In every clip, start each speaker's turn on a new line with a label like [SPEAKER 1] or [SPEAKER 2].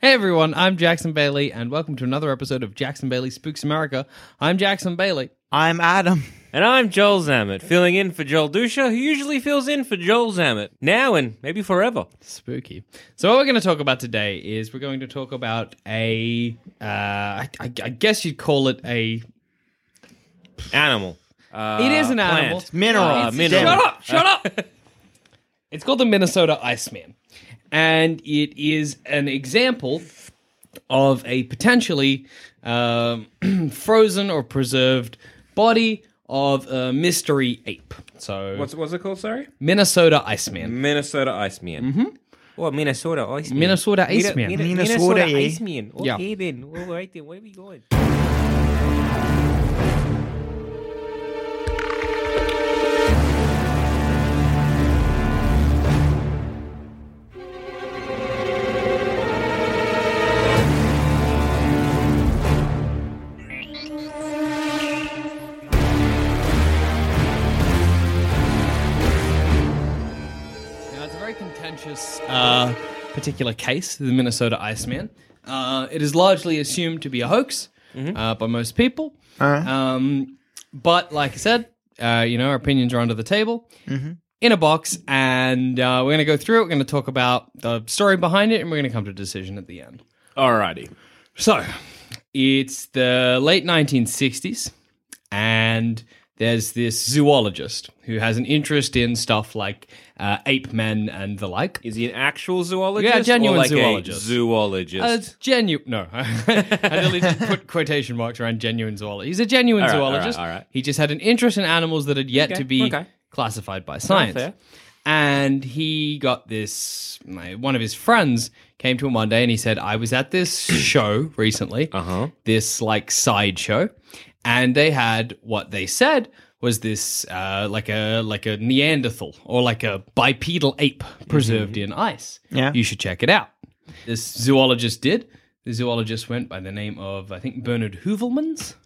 [SPEAKER 1] Hey everyone, I'm Jackson Bailey, and welcome to another episode of Jackson Bailey Spooks America. I'm Jackson Bailey.
[SPEAKER 2] I'm Adam.
[SPEAKER 3] And I'm Joel Zammett, filling in for Joel Dusha, who usually fills in for Joel Zammett, now and maybe forever.
[SPEAKER 1] Spooky. So what we're going to talk about today is we're going to talk about a, uh, I, I I guess you'd call it a.
[SPEAKER 3] Animal. Uh,
[SPEAKER 1] it is an
[SPEAKER 3] plant.
[SPEAKER 1] animal.
[SPEAKER 2] Mineral.
[SPEAKER 1] Uh,
[SPEAKER 3] Uh, mineral.
[SPEAKER 1] Shut up! Shut up! it's called the Minnesota Iceman, and it is an example of a potentially um, frozen or preserved body of a mystery ape. So
[SPEAKER 3] What's, what's it called, sorry?
[SPEAKER 1] Minnesota Iceman.
[SPEAKER 3] Minnesota Iceman. Mm-hmm. Or Minnesota Iceman.
[SPEAKER 1] Minnesota
[SPEAKER 3] Mina-
[SPEAKER 1] Iceman.
[SPEAKER 3] Mina-
[SPEAKER 2] Minnesota,
[SPEAKER 3] Minnesota
[SPEAKER 2] eh?
[SPEAKER 3] Iceman.
[SPEAKER 1] Yeah.
[SPEAKER 3] Okay then. All right then. Where are we going?
[SPEAKER 1] Now, it's a very contentious uh, particular case, the Minnesota Iceman. Uh, it is largely assumed to be a hoax uh, by most people. Um, but, like I said, uh, you know, our opinions are under the table. In a box, and uh, we're going to go through it. We're going to talk about the story behind it, and we're going to come to a decision at the end.
[SPEAKER 3] Alrighty.
[SPEAKER 1] So, it's the late 1960s, and there's this zoologist who has an interest in stuff like uh, ape men and the like.
[SPEAKER 3] Is he an actual zoologist?
[SPEAKER 1] Yeah, genuine
[SPEAKER 3] or like a
[SPEAKER 1] zoologist. Uh,
[SPEAKER 3] zoologist.
[SPEAKER 1] genuine? No, I really did put quotation marks around genuine zoologist. He's a genuine
[SPEAKER 3] All right, all right,
[SPEAKER 1] zoologist.
[SPEAKER 3] all right.
[SPEAKER 1] He just had an interest in animals that had yet
[SPEAKER 3] Okay,
[SPEAKER 1] to be
[SPEAKER 3] okay.
[SPEAKER 1] classified by science.
[SPEAKER 3] Oh, fair.
[SPEAKER 1] And he got this. my- One of his friends came to him one day and he said, "I was at this show recently.
[SPEAKER 3] Uh-huh.
[SPEAKER 1] This like sideshow, and they had what they said." Was this uh, like a like a Neanderthal or like a bipedal ape preserved in
[SPEAKER 3] Mm-hmm.
[SPEAKER 1] ice?
[SPEAKER 2] Yeah.
[SPEAKER 1] you should check it out. This zoologist did. The zoologist went by the name of, I think, Bernard Hoovelmans,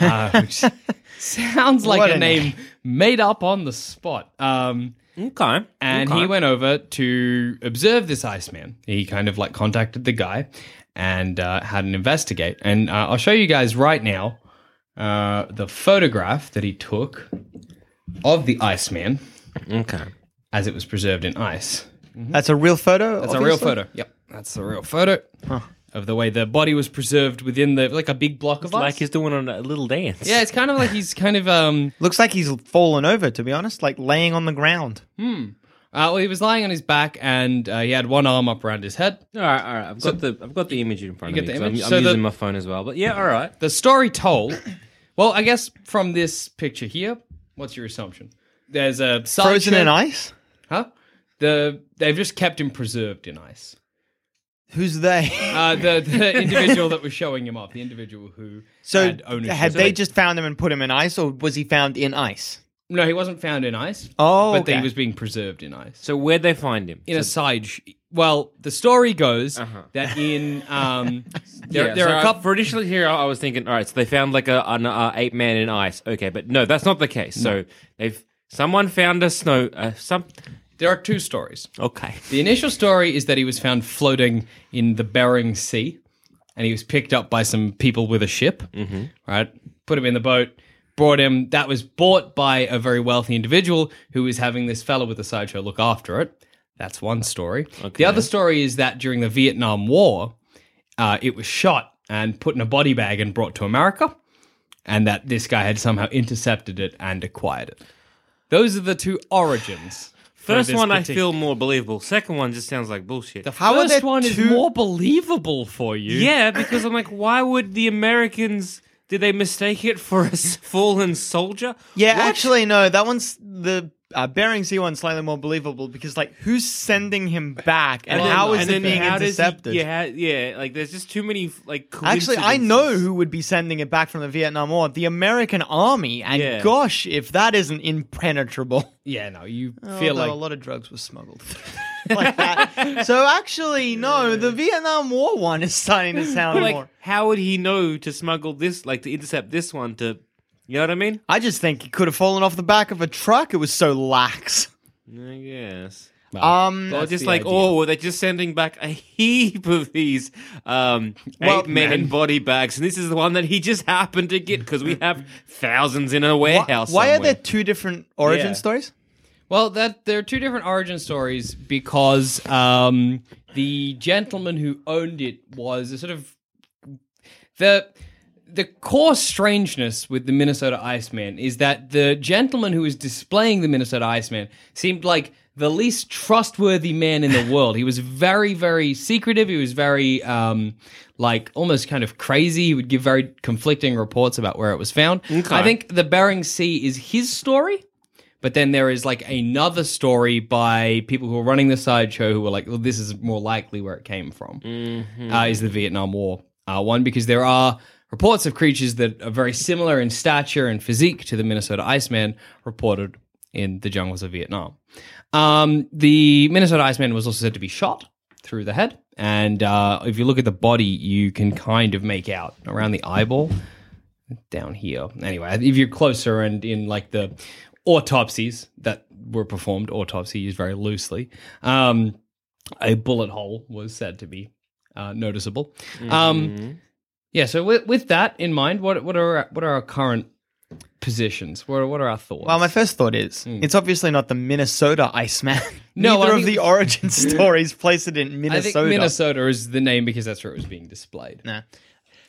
[SPEAKER 1] uh, which sounds like
[SPEAKER 2] What
[SPEAKER 1] a
[SPEAKER 2] a
[SPEAKER 1] name made up on the spot. Um,
[SPEAKER 3] okay.
[SPEAKER 1] and
[SPEAKER 3] okay.
[SPEAKER 1] he went over to observe this Iceman. He kind of like contacted the guy and uh, had an investigate. And uh, I'll show you guys right now uh, the photograph that he took of the Iceman
[SPEAKER 3] Okay.
[SPEAKER 1] as it was preserved in ice.
[SPEAKER 2] That's a real photo.
[SPEAKER 1] That's a real photo. Yep, that's the real photo of the way the body was preserved within the like a big block of
[SPEAKER 3] Like
[SPEAKER 1] ice.
[SPEAKER 3] he's doing a little dance.
[SPEAKER 1] yeah, it's kind of like he's kind of um.
[SPEAKER 2] Looks like he's fallen over. To be honest, like laying on the ground.
[SPEAKER 1] Uh, well, he was lying on his back and uh, he had one arm up around his head.
[SPEAKER 3] All right, all right. I've got the I've got the image in front
[SPEAKER 1] You
[SPEAKER 3] of
[SPEAKER 1] got
[SPEAKER 3] me.
[SPEAKER 1] the
[SPEAKER 3] 'cause I'm,
[SPEAKER 1] image?
[SPEAKER 3] I'm
[SPEAKER 1] So the-
[SPEAKER 3] using my phone as well. But yeah, all right.
[SPEAKER 1] The story told. well, I guess from this picture here, what's your assumption? There's a
[SPEAKER 2] Frozen
[SPEAKER 1] sideshow-
[SPEAKER 2] in ice.
[SPEAKER 1] Huh? The they've just kept him preserved in ice.
[SPEAKER 2] Who's they?
[SPEAKER 1] Uh, the the individual that was showing him up, the individual who
[SPEAKER 2] so
[SPEAKER 1] had ownership.
[SPEAKER 2] had
[SPEAKER 1] So
[SPEAKER 2] they just found him and put him in ice, or was he found in ice?
[SPEAKER 1] No, he wasn't found in ice.
[SPEAKER 2] Oh,
[SPEAKER 1] but
[SPEAKER 2] okay.
[SPEAKER 1] he was being preserved in ice.
[SPEAKER 3] So where'd they find him?
[SPEAKER 1] in a side. Sh- well, the story goes
[SPEAKER 2] Uh-huh.
[SPEAKER 1] that in um, there,
[SPEAKER 3] Yeah,
[SPEAKER 1] there
[SPEAKER 3] so
[SPEAKER 1] are
[SPEAKER 3] I-
[SPEAKER 1] a couple.
[SPEAKER 3] For initially here, I I was thinking, all right, so they found like a an uh, ape man in ice. Okay, but no, that's not the case. So they've someone found a snow. Uh, some
[SPEAKER 1] There are two stories.
[SPEAKER 3] okay.
[SPEAKER 1] The initial story is that he was found floating in the Bering Sea, and he was picked up by some people with a ship. Mm-hmm. Right, put him in the boat, brought him. That was bought by a very wealthy individual who was having this fellow with a sideshow look after it. That's one story. The other story is that during the Vietnam War, uh, it was shot and put in a body bag and brought to America, and that this guy had somehow intercepted it and acquired it. Those are the two origins. for
[SPEAKER 3] First
[SPEAKER 1] this
[SPEAKER 3] one I
[SPEAKER 1] particular-
[SPEAKER 3] feel more believable. Second one just sounds like bullshit.
[SPEAKER 1] the
[SPEAKER 2] How are
[SPEAKER 1] first
[SPEAKER 2] there
[SPEAKER 1] one is
[SPEAKER 2] two-
[SPEAKER 1] more believable for you.
[SPEAKER 3] yeah, because I'm like, why would the Americans? Did they mistake it for a s- fallen soldier?
[SPEAKER 2] Yeah,
[SPEAKER 3] What?
[SPEAKER 2] actually, no. That one's the uh, Bering Sea one's slightly more believable because, like, who's sending him back, and
[SPEAKER 3] Well,
[SPEAKER 2] how
[SPEAKER 3] and
[SPEAKER 2] is it
[SPEAKER 3] then
[SPEAKER 2] being
[SPEAKER 3] how does he-
[SPEAKER 2] intercepted?
[SPEAKER 3] yeah, yeah. Like, there's just too many like.
[SPEAKER 2] Actually, I know
[SPEAKER 3] coincidences.
[SPEAKER 2] who would be sending it back from the Vietnam War the American Army. And
[SPEAKER 3] Yeah.
[SPEAKER 2] gosh, if that isn't impenetrable.
[SPEAKER 1] yeah. No, you
[SPEAKER 2] Although
[SPEAKER 1] feel like
[SPEAKER 2] Oh, a lot of drugs were smuggled like that. So actually, no, the Vietnam War one is starting to sound
[SPEAKER 3] But, like,
[SPEAKER 2] more.
[SPEAKER 3] how would he know to smuggle this, like to intercept this one? To, you know what I mean?
[SPEAKER 2] I just think it could have fallen off the back of a truck. It was so lax.
[SPEAKER 3] I guess.
[SPEAKER 2] Um,
[SPEAKER 3] Or
[SPEAKER 1] That's
[SPEAKER 3] just
[SPEAKER 1] the
[SPEAKER 3] like,
[SPEAKER 1] idea.
[SPEAKER 3] oh, were they just sending back a heap of these um,
[SPEAKER 2] Well,
[SPEAKER 3] ape men in body bags? And this is the one that he just happened to get because we have thousands in a
[SPEAKER 2] why,
[SPEAKER 3] warehouse.
[SPEAKER 2] why are
[SPEAKER 3] somewhere.
[SPEAKER 2] there two different origin
[SPEAKER 3] Yeah.
[SPEAKER 2] stories?
[SPEAKER 1] Well, that there are two different origin stories because um, the gentleman who owned it was a sort of the the core strangeness with the Minnesota Iceman is that the gentleman who was displaying the Minnesota Iceman seemed like the least trustworthy man in the world. He was very, very secretive. He was very, um, like, almost kind of crazy. He would give very conflicting reports about where it was found. I think the Bering Sea is his story. But then there is like another story by people who are running the sideshow who were like, well, this is more likely where it came from, uh, is the Vietnam War uh, one, because there are reports of creatures that are very similar in stature and physique to the Minnesota Iceman reported in the jungles of Vietnam. Um, the Minnesota Iceman was also said to be shot through the head. And uh, if you look at the body, you can kind of make out around the eyeball down here. Anyway, if you're closer and in like the autopsies that were performed, autopsy used very loosely, um, a bullet hole was said to be uh, noticeable. Um, yeah, so with, with that in mind, what what are our, what are our current positions? What are, what are our thoughts?
[SPEAKER 2] Well, my first thought is it's obviously not the Minnesota Iceman.
[SPEAKER 1] Hmm. No,
[SPEAKER 2] Neither
[SPEAKER 1] I
[SPEAKER 2] of
[SPEAKER 1] think-
[SPEAKER 2] the origin stories place it in
[SPEAKER 1] I think
[SPEAKER 2] Minnesota.
[SPEAKER 1] Minnesota is the name because that's where it was being displayed.
[SPEAKER 2] Nah.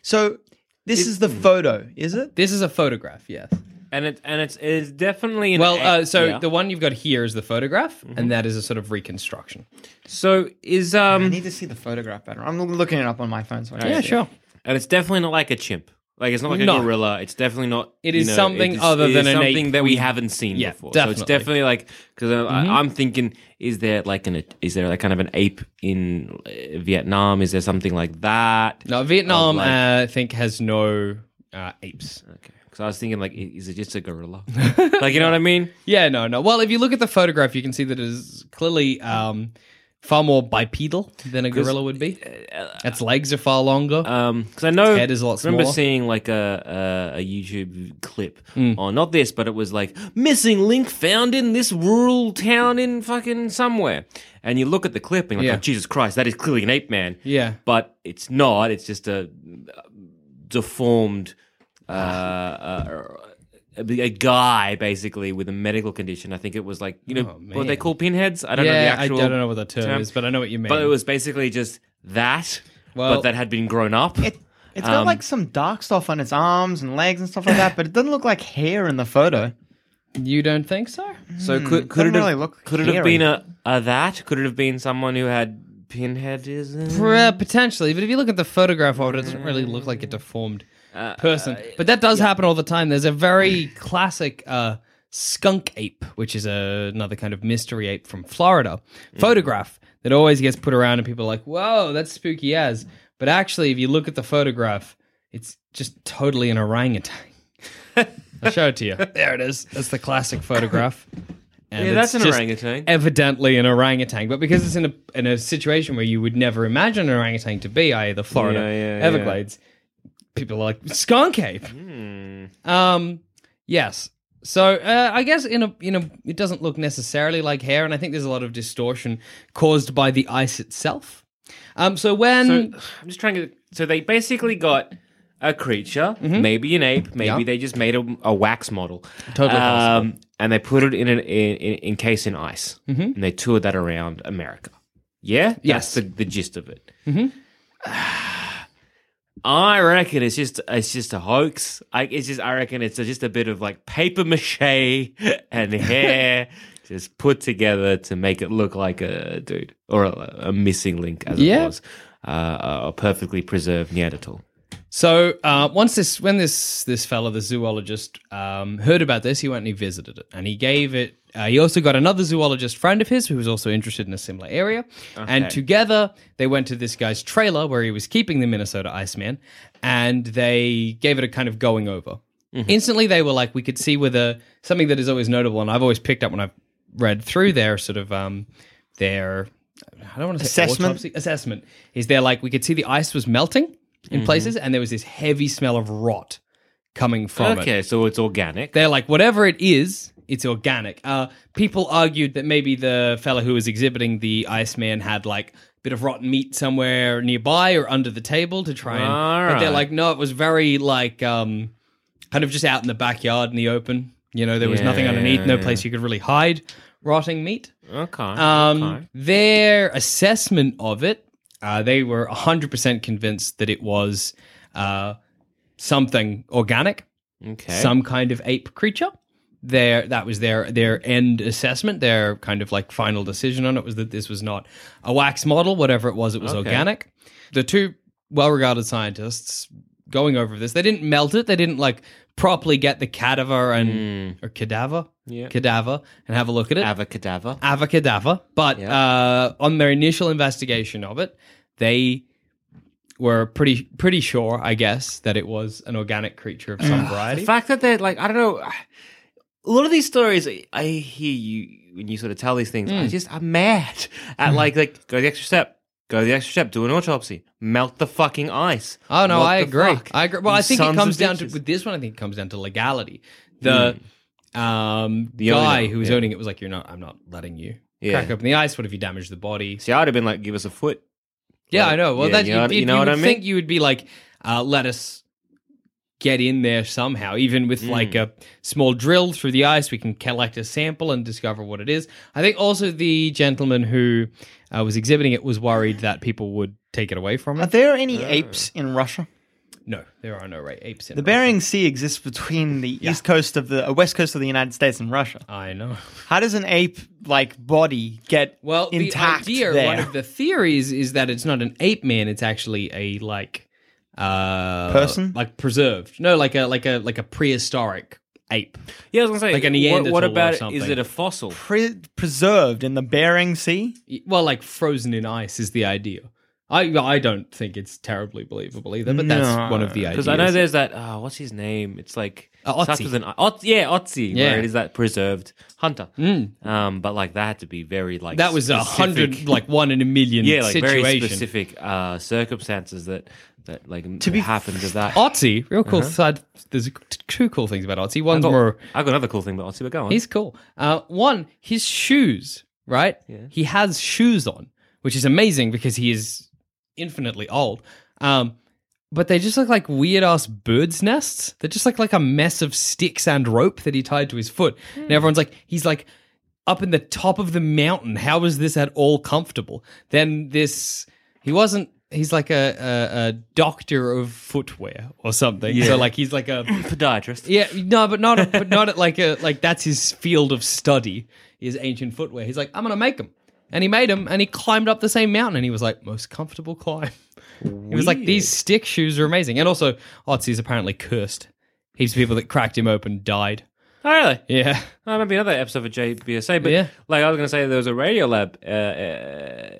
[SPEAKER 2] So this is the photo, is it?
[SPEAKER 1] This is a photograph, yes.
[SPEAKER 3] and it and it's it's definitely an
[SPEAKER 1] Well,
[SPEAKER 3] ape-
[SPEAKER 1] uh, so
[SPEAKER 3] yeah. Mm-hmm.
[SPEAKER 1] the one you've got here is the photograph, and that is a sort of reconstruction.
[SPEAKER 3] so is
[SPEAKER 2] I
[SPEAKER 3] um
[SPEAKER 2] need to see the photograph better. I'm looking it up on my phone. So I can see it.
[SPEAKER 3] and it's definitely not like a chimp. Like it's not like a
[SPEAKER 1] No.
[SPEAKER 3] gorilla. It's definitely not.
[SPEAKER 1] It
[SPEAKER 3] you
[SPEAKER 1] is
[SPEAKER 3] know,
[SPEAKER 1] something
[SPEAKER 3] it is-
[SPEAKER 1] other
[SPEAKER 3] it is
[SPEAKER 1] than an ape
[SPEAKER 3] something that we haven't seen
[SPEAKER 1] Yeah,
[SPEAKER 3] before. So it's
[SPEAKER 1] definitely. Mm-hmm.
[SPEAKER 3] definitely like because I'm thinking, is there like an is there like kind of an ape in uh, Vietnam? Is there something like that?
[SPEAKER 1] No, Vietnam,
[SPEAKER 3] Of, like-
[SPEAKER 1] uh, I think, has no uh, apes.
[SPEAKER 3] Okay. Because I was thinking, like, i- is it just a gorilla? like, you know what I mean?
[SPEAKER 1] Yeah, no, no. Well, if you look at the photograph, you can see that it is clearly um, far more bipedal than a gorilla would be.
[SPEAKER 3] uh,
[SPEAKER 1] Its legs are far longer.
[SPEAKER 3] Um, because I know
[SPEAKER 1] head is a lot
[SPEAKER 3] I remember
[SPEAKER 1] smaller.
[SPEAKER 3] seeing like a, a a YouTube clip
[SPEAKER 1] Mm.
[SPEAKER 3] on not this, but it was like missing link found in this rural town in fucking somewhere. And you look at the clip and you're
[SPEAKER 1] Yeah.
[SPEAKER 3] like, oh, Jesus Christ, that is clearly an ape man.
[SPEAKER 1] Yeah.
[SPEAKER 3] but it's not. It's just a uh, deformed. Uh, uh, a a guy basically with a medical condition. I think it was like you know what they
[SPEAKER 1] Oh, man.
[SPEAKER 3] call pinheads. I don't know
[SPEAKER 1] yeah,
[SPEAKER 3] the
[SPEAKER 1] I, I
[SPEAKER 3] actual.
[SPEAKER 1] don't know what the term,
[SPEAKER 3] term.
[SPEAKER 1] is, but I know what you mean.
[SPEAKER 3] But it was basically just that,
[SPEAKER 1] Well-
[SPEAKER 3] but that had been grown up.
[SPEAKER 2] It, it's got
[SPEAKER 3] Um,
[SPEAKER 2] like some dark stuff on its arms and legs and stuff like that, but it doesn't look like hair in the photo.
[SPEAKER 1] you don't think so?
[SPEAKER 3] so could, could it
[SPEAKER 2] doesn't
[SPEAKER 3] have,
[SPEAKER 2] really look
[SPEAKER 3] could it have
[SPEAKER 2] hairy.
[SPEAKER 3] been a, a that? Could it have been someone who had pinheadism?
[SPEAKER 1] Uh, potentially, but if you look at the photograph of it, it doesn't really look like a deformed
[SPEAKER 3] Uh,
[SPEAKER 1] person. But that does happen all the time. There's a very classic uh, skunk ape, which is a, another kind of mystery ape from Florida,
[SPEAKER 3] Mm.
[SPEAKER 1] photograph that always gets put around, and people are like, "Whoa, that's spooky as." But actually, if you look at the photograph, it's just totally an orangutan. I'll show it to you. There it is. That's the classic photograph. And
[SPEAKER 3] Yeah, that's
[SPEAKER 1] it's
[SPEAKER 3] an
[SPEAKER 1] just-
[SPEAKER 3] orangutan.
[SPEAKER 1] evidently an orangutan, but because it's in a in a situation where you would never imagine an orangutan to be, i.e., the Florida
[SPEAKER 3] Yeah, yeah,
[SPEAKER 1] Everglades, people are like skunk ape.
[SPEAKER 3] Hmm.
[SPEAKER 1] Um, yes. So uh, I guess in a you know it doesn't look necessarily like hair, and I think there's a lot of distortion caused by the ice itself. Um, so when
[SPEAKER 3] So, I'm just trying to. So they basically got a creature, maybe an ape, maybe
[SPEAKER 1] Yeah.
[SPEAKER 3] they just made a, a wax model,
[SPEAKER 1] Totally
[SPEAKER 3] um, and they put it in an in, in, in case in ice, and they toured that around America. Yeah,
[SPEAKER 1] Yes.
[SPEAKER 3] that's the, the gist of it. I reckon it's just it's just a hoax. I, it's just I reckon it's just a bit of like paper mache and hair just put together to make it look like a dude or a, a missing link as it
[SPEAKER 1] Yeah.
[SPEAKER 3] was, uh, a perfectly preserved Neanderthal.
[SPEAKER 1] So uh, once this, when this this fella, the zoologist, um, heard about this, he went and he visited it, and he gave it. Uh, he also got another zoologist friend of his who was also interested in a similar area, and together they went to this guy's trailer where he was keeping the Minnesota Iceman, and they gave it a kind of going over. Instantly, they were like, we could see whether something that is always notable, and I've always picked up when I've read through their sort of um, their. I don't want to say
[SPEAKER 2] Assessment?
[SPEAKER 1] autopsy- assessment is they're like we could see the ice was melting
[SPEAKER 3] Mm-hmm.
[SPEAKER 1] in places and there was this heavy smell of rot coming from it.
[SPEAKER 3] Okay, so it's organic.
[SPEAKER 1] They're like whatever it is, it's organic. Uh, people argued that maybe the fella who was exhibiting the Iceman had like a bit of rotten meat somewhere nearby or under the table to try and.
[SPEAKER 3] All
[SPEAKER 1] But they're
[SPEAKER 3] right.
[SPEAKER 1] like, no, it was very like um, kind of just out in the backyard in the open. You know, there was nothing
[SPEAKER 3] Yeah,
[SPEAKER 1] underneath, no
[SPEAKER 3] yeah.
[SPEAKER 1] place you could really hide rotting meat.
[SPEAKER 3] Okay.
[SPEAKER 1] Um,
[SPEAKER 3] okay.
[SPEAKER 1] Their assessment of it, uh, they were 100% convinced that it was uh, something organic,
[SPEAKER 3] Okay.
[SPEAKER 1] some kind of ape creature. Their, that was their, their end assessment, their kind of like final decision on it was that this was not a wax model, whatever it was, it was
[SPEAKER 3] Okay.
[SPEAKER 1] organic. The two well regarded scientists going over this, they didn't melt it, they didn't like properly get the cadaver and or cadaver,
[SPEAKER 3] Hmm. Yeah.
[SPEAKER 1] cadaver, and have a look at it.
[SPEAKER 3] Avacadava.
[SPEAKER 1] Avacadava. But
[SPEAKER 3] Yeah.
[SPEAKER 1] uh, on their initial investigation of it, they were pretty pretty sure, I guess, that it was an organic creature of some
[SPEAKER 3] The
[SPEAKER 1] variety.
[SPEAKER 3] fact that they're like, I don't know. A lot of these stories, I- I hear you when you sort of tell these things.
[SPEAKER 1] Mm.
[SPEAKER 3] I just, I'm mad
[SPEAKER 1] Mm-hmm.
[SPEAKER 3] at like, like go the extra step, go the extra step, do an autopsy, melt the fucking ice.
[SPEAKER 1] Oh no,
[SPEAKER 3] What
[SPEAKER 1] I
[SPEAKER 3] the
[SPEAKER 1] agree.
[SPEAKER 3] fuck?
[SPEAKER 1] I agree. Well, I
[SPEAKER 3] You
[SPEAKER 1] think it
[SPEAKER 3] sons
[SPEAKER 1] comes
[SPEAKER 3] of
[SPEAKER 1] down to
[SPEAKER 3] bitches.
[SPEAKER 1] with this one. I think it comes down to legality. The um
[SPEAKER 3] Hmm. The owner,
[SPEAKER 1] guy who was
[SPEAKER 3] yeah.
[SPEAKER 1] owning it was like, "You're not. I'm not letting you
[SPEAKER 3] Yeah.
[SPEAKER 1] crack open the ice. What if you damage the body?
[SPEAKER 3] See, I'd have been like, give us a foot.
[SPEAKER 1] Yeah,
[SPEAKER 3] Like,
[SPEAKER 1] I know. Well,
[SPEAKER 3] yeah,
[SPEAKER 1] that
[SPEAKER 3] you
[SPEAKER 1] you,
[SPEAKER 3] know what-
[SPEAKER 1] if
[SPEAKER 3] you
[SPEAKER 1] you
[SPEAKER 3] know what
[SPEAKER 1] would
[SPEAKER 3] I mean?
[SPEAKER 1] think you would be like, uh, let us get in there somehow, even with like
[SPEAKER 3] Mm.
[SPEAKER 1] a small drill through the ice. We can collect a sample and discover what it is. I think also the gentleman who uh, was exhibiting it was worried that people would take it away from
[SPEAKER 2] Are
[SPEAKER 1] him.
[SPEAKER 2] there any apes in Russia?
[SPEAKER 1] No, there are no right apes in
[SPEAKER 2] The
[SPEAKER 1] Russia.
[SPEAKER 2] Bering Sea exists between the east coast of the uh, west coast of the United States and Russia.
[SPEAKER 1] I know.
[SPEAKER 2] How does an ape like body get
[SPEAKER 1] Well,
[SPEAKER 2] intact
[SPEAKER 1] the idea,
[SPEAKER 2] there?
[SPEAKER 1] one of the theories, is that it's not an ape man; it's actually a like uh
[SPEAKER 2] Person?
[SPEAKER 1] like preserved. No, like a like a like a prehistoric ape.
[SPEAKER 3] Yeah, I was gonna say,
[SPEAKER 1] Like a
[SPEAKER 3] what- what,
[SPEAKER 1] Neanderthal or
[SPEAKER 3] about it? Is
[SPEAKER 1] something.
[SPEAKER 3] it a fossil?
[SPEAKER 2] Pre- preserved in the Bering Sea?
[SPEAKER 1] well, like frozen in ice is the idea. I I don't think it's terribly believable either, but that's
[SPEAKER 2] No.
[SPEAKER 1] one of the ideas.
[SPEAKER 3] Because I know there's that. Oh, what's his name? It's like
[SPEAKER 1] Uh, Otzi.
[SPEAKER 3] starts with an I- Ot, yeah, Otzi. Yeah,
[SPEAKER 1] Yeah.
[SPEAKER 3] where it is that preserved hunter. Mm. Um, but like that had to be very like
[SPEAKER 1] that was a
[SPEAKER 3] specific-
[SPEAKER 1] hundred, like one in a million
[SPEAKER 3] yeah, like
[SPEAKER 1] situation.
[SPEAKER 3] very specific uh, circumstances that that like that
[SPEAKER 2] be
[SPEAKER 3] happened to that.
[SPEAKER 1] Otzi, real cool side. There's a- t- two cool things about Otzi. One's more,
[SPEAKER 3] I Uh-huh. got another cool thing about Otzi, but go on.
[SPEAKER 1] he's cool. Uh, one, his shoes, right? He has shoes on, which is amazing because he is infinitely old. Um, but they just look like weird ass birds' nests. They're just like like a mess of sticks and rope that he tied to his foot. And everyone's like, he's like up in the top of the mountain. How is this at all comfortable? Then this, he wasn't. He's like a, a, a doctor of footwear or something. So like he's like a
[SPEAKER 3] podiatrist.
[SPEAKER 1] yeah, no, but not, but not at like a like that's his field of study is ancient footwear. He's like, I'm gonna make them, and he made them, and he climbed up the same mountain, and he was like, most comfortable climb. It was like these stick shoes are amazing, and also Otzi's apparently cursed. Heaps of people that cracked him open died.
[SPEAKER 3] Oh, really?
[SPEAKER 1] Yeah,
[SPEAKER 3] Oh, maybe another episode of JBSA. But
[SPEAKER 1] Yeah.
[SPEAKER 3] like I was going to say, there was a Radio Lab uh, uh,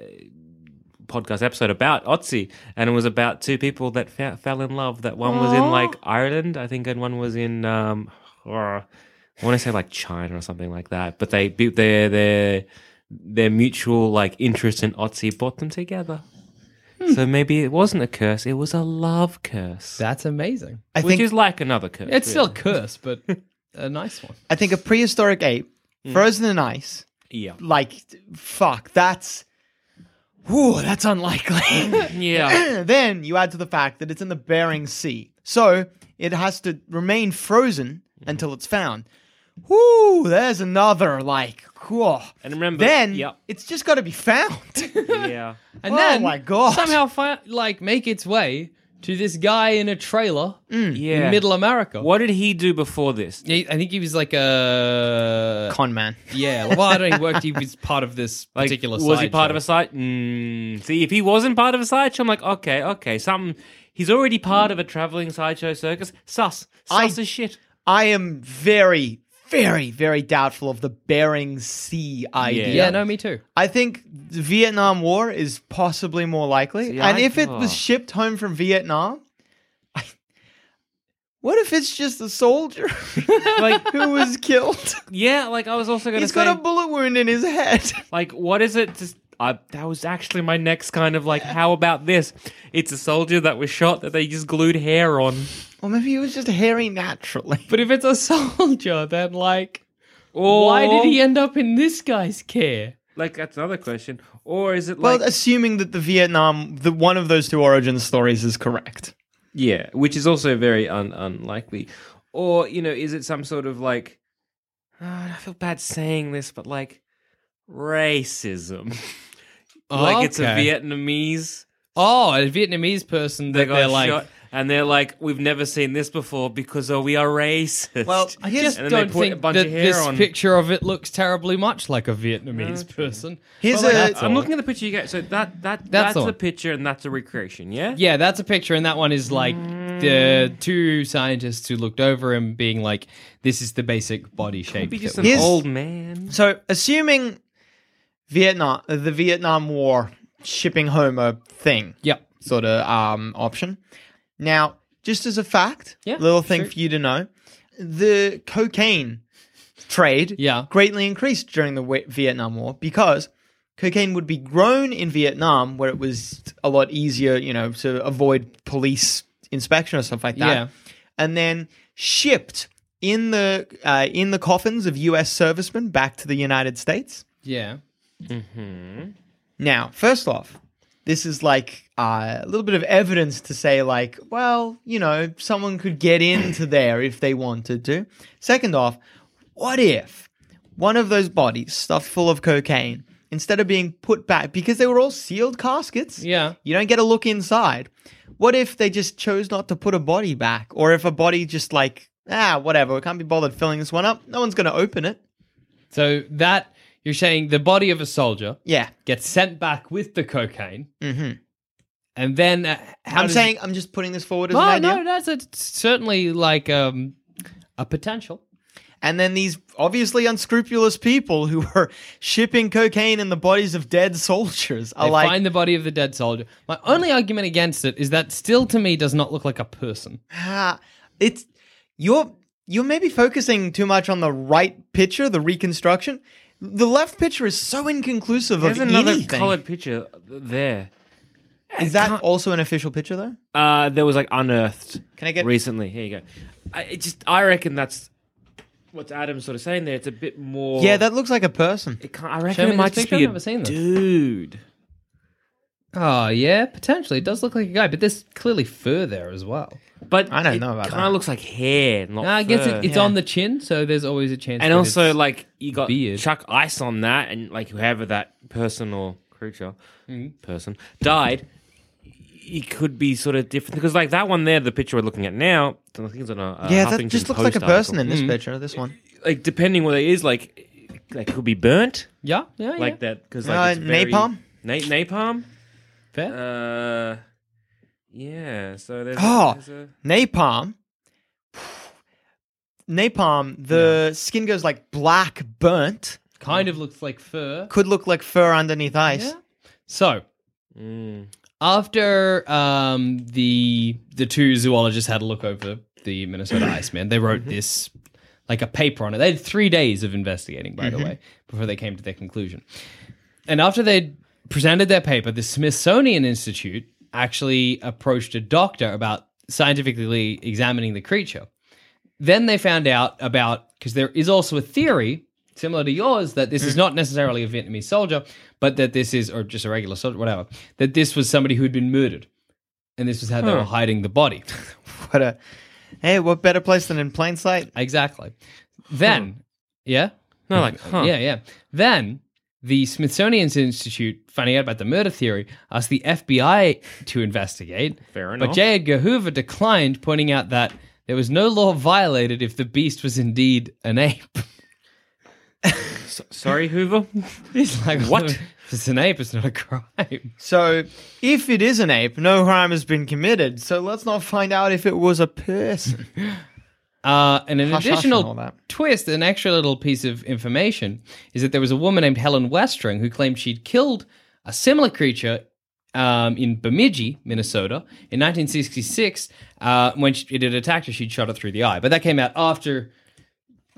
[SPEAKER 3] podcast episode about Otzi, and it was about two people that fa- fell in love. That one was in like Ireland, I think, and one was in um, or I want to say like China or something like that. But they bu- their their their mutual like interest in Otzi brought them together. So maybe it wasn't a curse; it was a love curse,
[SPEAKER 1] that's amazing.
[SPEAKER 2] I
[SPEAKER 3] which
[SPEAKER 2] think
[SPEAKER 3] is like another curse.
[SPEAKER 1] It's still a curse, but a nice one.
[SPEAKER 2] I think a prehistoric ape frozen in ice.
[SPEAKER 3] yeah,
[SPEAKER 2] Like fuck, that's whew, that's unlikely.
[SPEAKER 3] yeah.
[SPEAKER 2] then you add to the fact that it's in the Bering Sea. So it has to remain frozen until it's found. Whoo, there's another like whoa.
[SPEAKER 3] And remember-
[SPEAKER 2] then
[SPEAKER 3] yep.
[SPEAKER 2] it's just got to be found.
[SPEAKER 3] yeah.
[SPEAKER 1] And
[SPEAKER 2] Oh
[SPEAKER 1] then
[SPEAKER 2] my God.
[SPEAKER 1] somehow fi- like make its way to this guy in a trailer
[SPEAKER 3] Yeah.
[SPEAKER 1] in Middle America.
[SPEAKER 3] What did he do before this?
[SPEAKER 1] He- I think he was like a
[SPEAKER 2] Con man.
[SPEAKER 1] Yeah, well, I don't. He worked. He was part of this
[SPEAKER 3] Like,
[SPEAKER 1] particular.
[SPEAKER 3] was he
[SPEAKER 1] side
[SPEAKER 3] part
[SPEAKER 1] show.
[SPEAKER 3] of a side? Mm, see, if he wasn't part of a sideshow, I'm like, okay, okay, something. He's already part of a traveling sideshow circus. Sus, sus
[SPEAKER 2] I-
[SPEAKER 3] as shit.
[SPEAKER 2] I am very, very, very doubtful of the Bering Sea idea.
[SPEAKER 1] Yeah, no, me too.
[SPEAKER 2] I think the Vietnam War is possibly more likely.
[SPEAKER 3] See,
[SPEAKER 2] and
[SPEAKER 3] I-
[SPEAKER 2] if it
[SPEAKER 3] oh.
[SPEAKER 2] was shipped home from Vietnam, I, what if it's just a soldier
[SPEAKER 3] Like,
[SPEAKER 2] who was killed?
[SPEAKER 3] yeah, like I was also gonna
[SPEAKER 2] He's
[SPEAKER 3] say,
[SPEAKER 2] got a bullet wound in his head.
[SPEAKER 3] like, what is it? Just, I, that was actually my next kind of like, how about this? It's a soldier that was shot that they just glued hair on.
[SPEAKER 2] Or maybe he was just hairy naturally.
[SPEAKER 1] But if it's a soldier, then like, Why
[SPEAKER 3] Or-
[SPEAKER 1] did he end up in this guy's care?
[SPEAKER 3] Like that's another question. Or is it like
[SPEAKER 2] Well, assuming that the Vietnam, the one of those two origin stories is correct.
[SPEAKER 3] yeah, which is also very un- unlikely. Or you know, is it some sort of like Ah, I feel bad saying this, but like racism. like it's a
[SPEAKER 1] Oh, Okay.
[SPEAKER 3] Vietnamese
[SPEAKER 1] Oh, a Vietnamese person
[SPEAKER 3] that
[SPEAKER 1] that
[SPEAKER 3] got
[SPEAKER 1] they're like.
[SPEAKER 3] shot, and they're like, we've never seen this before because oh, we are racist.
[SPEAKER 2] Well,
[SPEAKER 1] I
[SPEAKER 2] here's,
[SPEAKER 1] just
[SPEAKER 3] And then they
[SPEAKER 1] don't
[SPEAKER 3] put a
[SPEAKER 1] think
[SPEAKER 3] bunch
[SPEAKER 1] that
[SPEAKER 3] of hair
[SPEAKER 1] this
[SPEAKER 3] on.
[SPEAKER 1] picture of it looks terribly much like a Vietnamese person.
[SPEAKER 2] here's
[SPEAKER 3] Well, like,
[SPEAKER 2] a.
[SPEAKER 3] I'm looking at the picture you got. So that that
[SPEAKER 1] That's
[SPEAKER 3] that's,
[SPEAKER 1] all.
[SPEAKER 3] the picture, and that's a recreation. Yeah.
[SPEAKER 1] Yeah, that's a picture, and that one is like the
[SPEAKER 3] Mm.
[SPEAKER 1] two scientists who looked over him being like, "This is the basic body shape."
[SPEAKER 3] Maybe just
[SPEAKER 1] that
[SPEAKER 3] an
[SPEAKER 1] we-
[SPEAKER 2] Here's-
[SPEAKER 3] old man.
[SPEAKER 2] So, assuming Vietnam, uh, the Vietnam War shipping home a thing,
[SPEAKER 1] Yep.
[SPEAKER 2] sort of um, option. Now, just as a fact,
[SPEAKER 1] Yeah,
[SPEAKER 2] little thing
[SPEAKER 1] sure.
[SPEAKER 2] for you to know, the cocaine trade
[SPEAKER 1] Yeah.
[SPEAKER 2] greatly increased during the Wi- Vietnam War because cocaine would be grown in Vietnam where it was a lot easier, you know, to avoid police inspection or stuff like that.
[SPEAKER 1] Yeah.
[SPEAKER 2] And then shipped in the uh, in the coffins of US servicemen back to the United States.
[SPEAKER 1] Yeah.
[SPEAKER 2] Now, first off, this is like uh, a little bit of evidence to say, like, well, you know, someone could get into there if they wanted to. Second off, what if one of those bodies stuffed full of cocaine, instead of being put back because they were all sealed caskets,
[SPEAKER 1] Yeah.
[SPEAKER 2] you don't get a look inside. What if they just chose not to put a body back, or if a body just like ah whatever, we can't be bothered filling this one up. No one's going to open it.
[SPEAKER 1] So that you're saying the body of a soldier
[SPEAKER 2] Yeah,
[SPEAKER 1] gets sent back with the cocaine, mm-hmm. and then uh, how
[SPEAKER 2] I'm
[SPEAKER 1] does-
[SPEAKER 2] saying I'm just putting this forward as an
[SPEAKER 1] No, no,
[SPEAKER 2] idea.
[SPEAKER 1] that's a, certainly like um, a potential.
[SPEAKER 2] And then these obviously unscrupulous people who were shipping cocaine in the bodies of dead soldiers are
[SPEAKER 1] They
[SPEAKER 2] like,
[SPEAKER 1] find the body of the dead soldier. My only argument against it is that still to me does not look like a person.
[SPEAKER 2] ah, it's you're you're maybe focusing too much on the right picture, the reconstruction. The left picture is so inconclusive
[SPEAKER 3] There's
[SPEAKER 2] of
[SPEAKER 3] another
[SPEAKER 2] anything.
[SPEAKER 3] colored picture there.
[SPEAKER 2] is that also an official picture though?
[SPEAKER 3] Uh, that was like unearthed.
[SPEAKER 2] Can I get-
[SPEAKER 3] recently? Here you go. I it just I reckon that's what Adam's sort of saying there. It's a bit more.
[SPEAKER 2] Yeah, that looks like a person.
[SPEAKER 3] It can't, I
[SPEAKER 1] Show
[SPEAKER 3] reckon
[SPEAKER 1] me
[SPEAKER 3] it
[SPEAKER 1] this
[SPEAKER 3] might just
[SPEAKER 1] picture,
[SPEAKER 3] be
[SPEAKER 1] I've
[SPEAKER 3] a
[SPEAKER 1] never seen this.
[SPEAKER 3] dude.
[SPEAKER 1] Oh, yeah, potentially. It does look like a guy, but there's clearly fur there as well.
[SPEAKER 3] But
[SPEAKER 2] I don't
[SPEAKER 3] it
[SPEAKER 2] know about
[SPEAKER 3] Kind
[SPEAKER 2] that.
[SPEAKER 3] of looks like hair. Not
[SPEAKER 1] Nah, I guess
[SPEAKER 3] fur.
[SPEAKER 1] it, it's
[SPEAKER 2] Yeah.
[SPEAKER 1] on the chin, so there's always a chance.
[SPEAKER 3] and
[SPEAKER 1] that
[SPEAKER 3] also
[SPEAKER 1] it's-
[SPEAKER 3] like you got
[SPEAKER 1] beard.
[SPEAKER 3] chuck ice on that, and like whoever that person or creature
[SPEAKER 1] Mm-hmm.
[SPEAKER 3] person died, it could be sort of different because like that one there, the picture we're looking at now, I think it's on a, a
[SPEAKER 2] Yeah, that
[SPEAKER 3] Huffington
[SPEAKER 2] just looks like a
[SPEAKER 3] Post
[SPEAKER 2] person in
[SPEAKER 3] article. Mm.
[SPEAKER 2] this picture. This one.
[SPEAKER 3] Like depending what it is, like like could be burnt
[SPEAKER 1] yeah, yeah, yeah.
[SPEAKER 3] like that because like
[SPEAKER 2] Uh,
[SPEAKER 3] it's very-
[SPEAKER 2] napalm?
[SPEAKER 3] na- napalm.
[SPEAKER 1] Fair.
[SPEAKER 3] Uh, yeah. So there's, a-
[SPEAKER 2] Oh.
[SPEAKER 3] there's a,
[SPEAKER 2] napalm napalm the skin goes like black burnt
[SPEAKER 1] kind of looks like fur.
[SPEAKER 2] could look like fur underneath ice
[SPEAKER 1] Yeah. So
[SPEAKER 3] Mm.
[SPEAKER 1] after um, the the two zoologists had a look over the Minnesota Iceman, they wrote this like a paper on it. They had three days of investigating, by the way, before they came to their conclusion. And after they presented their paper, the Smithsonian Institute actually approached a doctor about scientifically examining the creature. Then they found out about because there is also a theory similar to yours that
[SPEAKER 3] Mm.
[SPEAKER 1] this is not necessarily a Vietnamese soldier, but that this is or just a regular soldier, whatever. That this was somebody who had been murdered, and this was how they were hiding the body.
[SPEAKER 2] what a hey what better place than in plain sight
[SPEAKER 1] exactly. Then, yeah,
[SPEAKER 3] no, like huh.
[SPEAKER 1] yeah, yeah. Then the Smithsonian Institute, finding out about the murder theory, asked the FBI to investigate.
[SPEAKER 3] Fair
[SPEAKER 1] But
[SPEAKER 3] enough.
[SPEAKER 1] J. Edgar Hoover declined, pointing out that there was no law violated if the beast was indeed an ape.
[SPEAKER 3] So- sorry, Hoover.
[SPEAKER 1] He's like,
[SPEAKER 3] What?
[SPEAKER 1] If it's an ape, it's not a crime.
[SPEAKER 2] so if it is an ape no crime has been committed so let's not find out if it was a person
[SPEAKER 1] Uh, and an
[SPEAKER 2] Hush, hush
[SPEAKER 1] additional
[SPEAKER 2] and all that.
[SPEAKER 1] twist, an extra little piece of information, is that there was a woman named Helen Westring who claimed she'd killed a similar creature um, in Bemidji, Minnesota, in 1966. Uh, when she, it had attacked her, she'd shot it through the eye. But that came out after.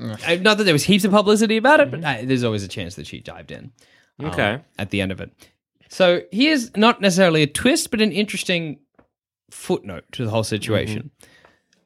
[SPEAKER 1] Uh, Not that there was heaps of publicity about it, but
[SPEAKER 2] Mm-hmm.
[SPEAKER 1] uh, there's always a chance that she dived in
[SPEAKER 3] Okay.
[SPEAKER 1] Um, at the end of it. So here's not necessarily a twist, but an interesting footnote to the whole situation.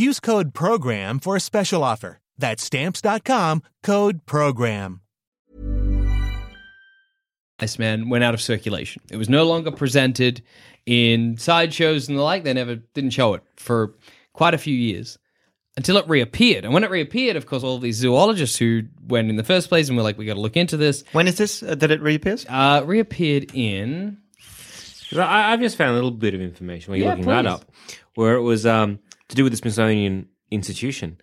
[SPEAKER 4] Use code PROGRAM for a special offer. That's stamps.com code PROGRAM.
[SPEAKER 1] Iceman went out of circulation. It was no longer presented in sideshows and the like. They never didn't show it for quite a few years until it reappeared. And when it reappeared, of course, all these zoologists who went in the first place and were like, "We got to look into this,"
[SPEAKER 2] When is this uh, that it reappears?
[SPEAKER 1] uh, reappeared in
[SPEAKER 3] 'Cause I, I've just found a little bit of information while you're
[SPEAKER 1] Yeah,
[SPEAKER 3] looking that
[SPEAKER 1] please.
[SPEAKER 3] up, where it was um, to do with the Smithsonian Institution.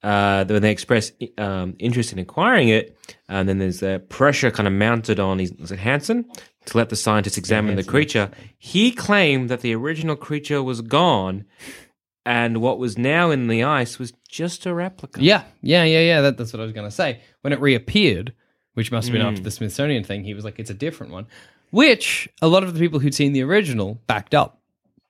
[SPEAKER 3] Uh, when they expressed um, interest in acquiring it, and then there's uh, pressure kind of mounted on is it Hansen to let the scientists examine the creature. He claimed that the original creature was gone, and what was now in the ice was just a replica.
[SPEAKER 1] yeah, yeah, yeah, yeah. That, that's what I was going to say. When it reappeared, which must have been after the Smithsonian thing, he was like, "It's a different one," which a lot of the people who'd seen the original backed up.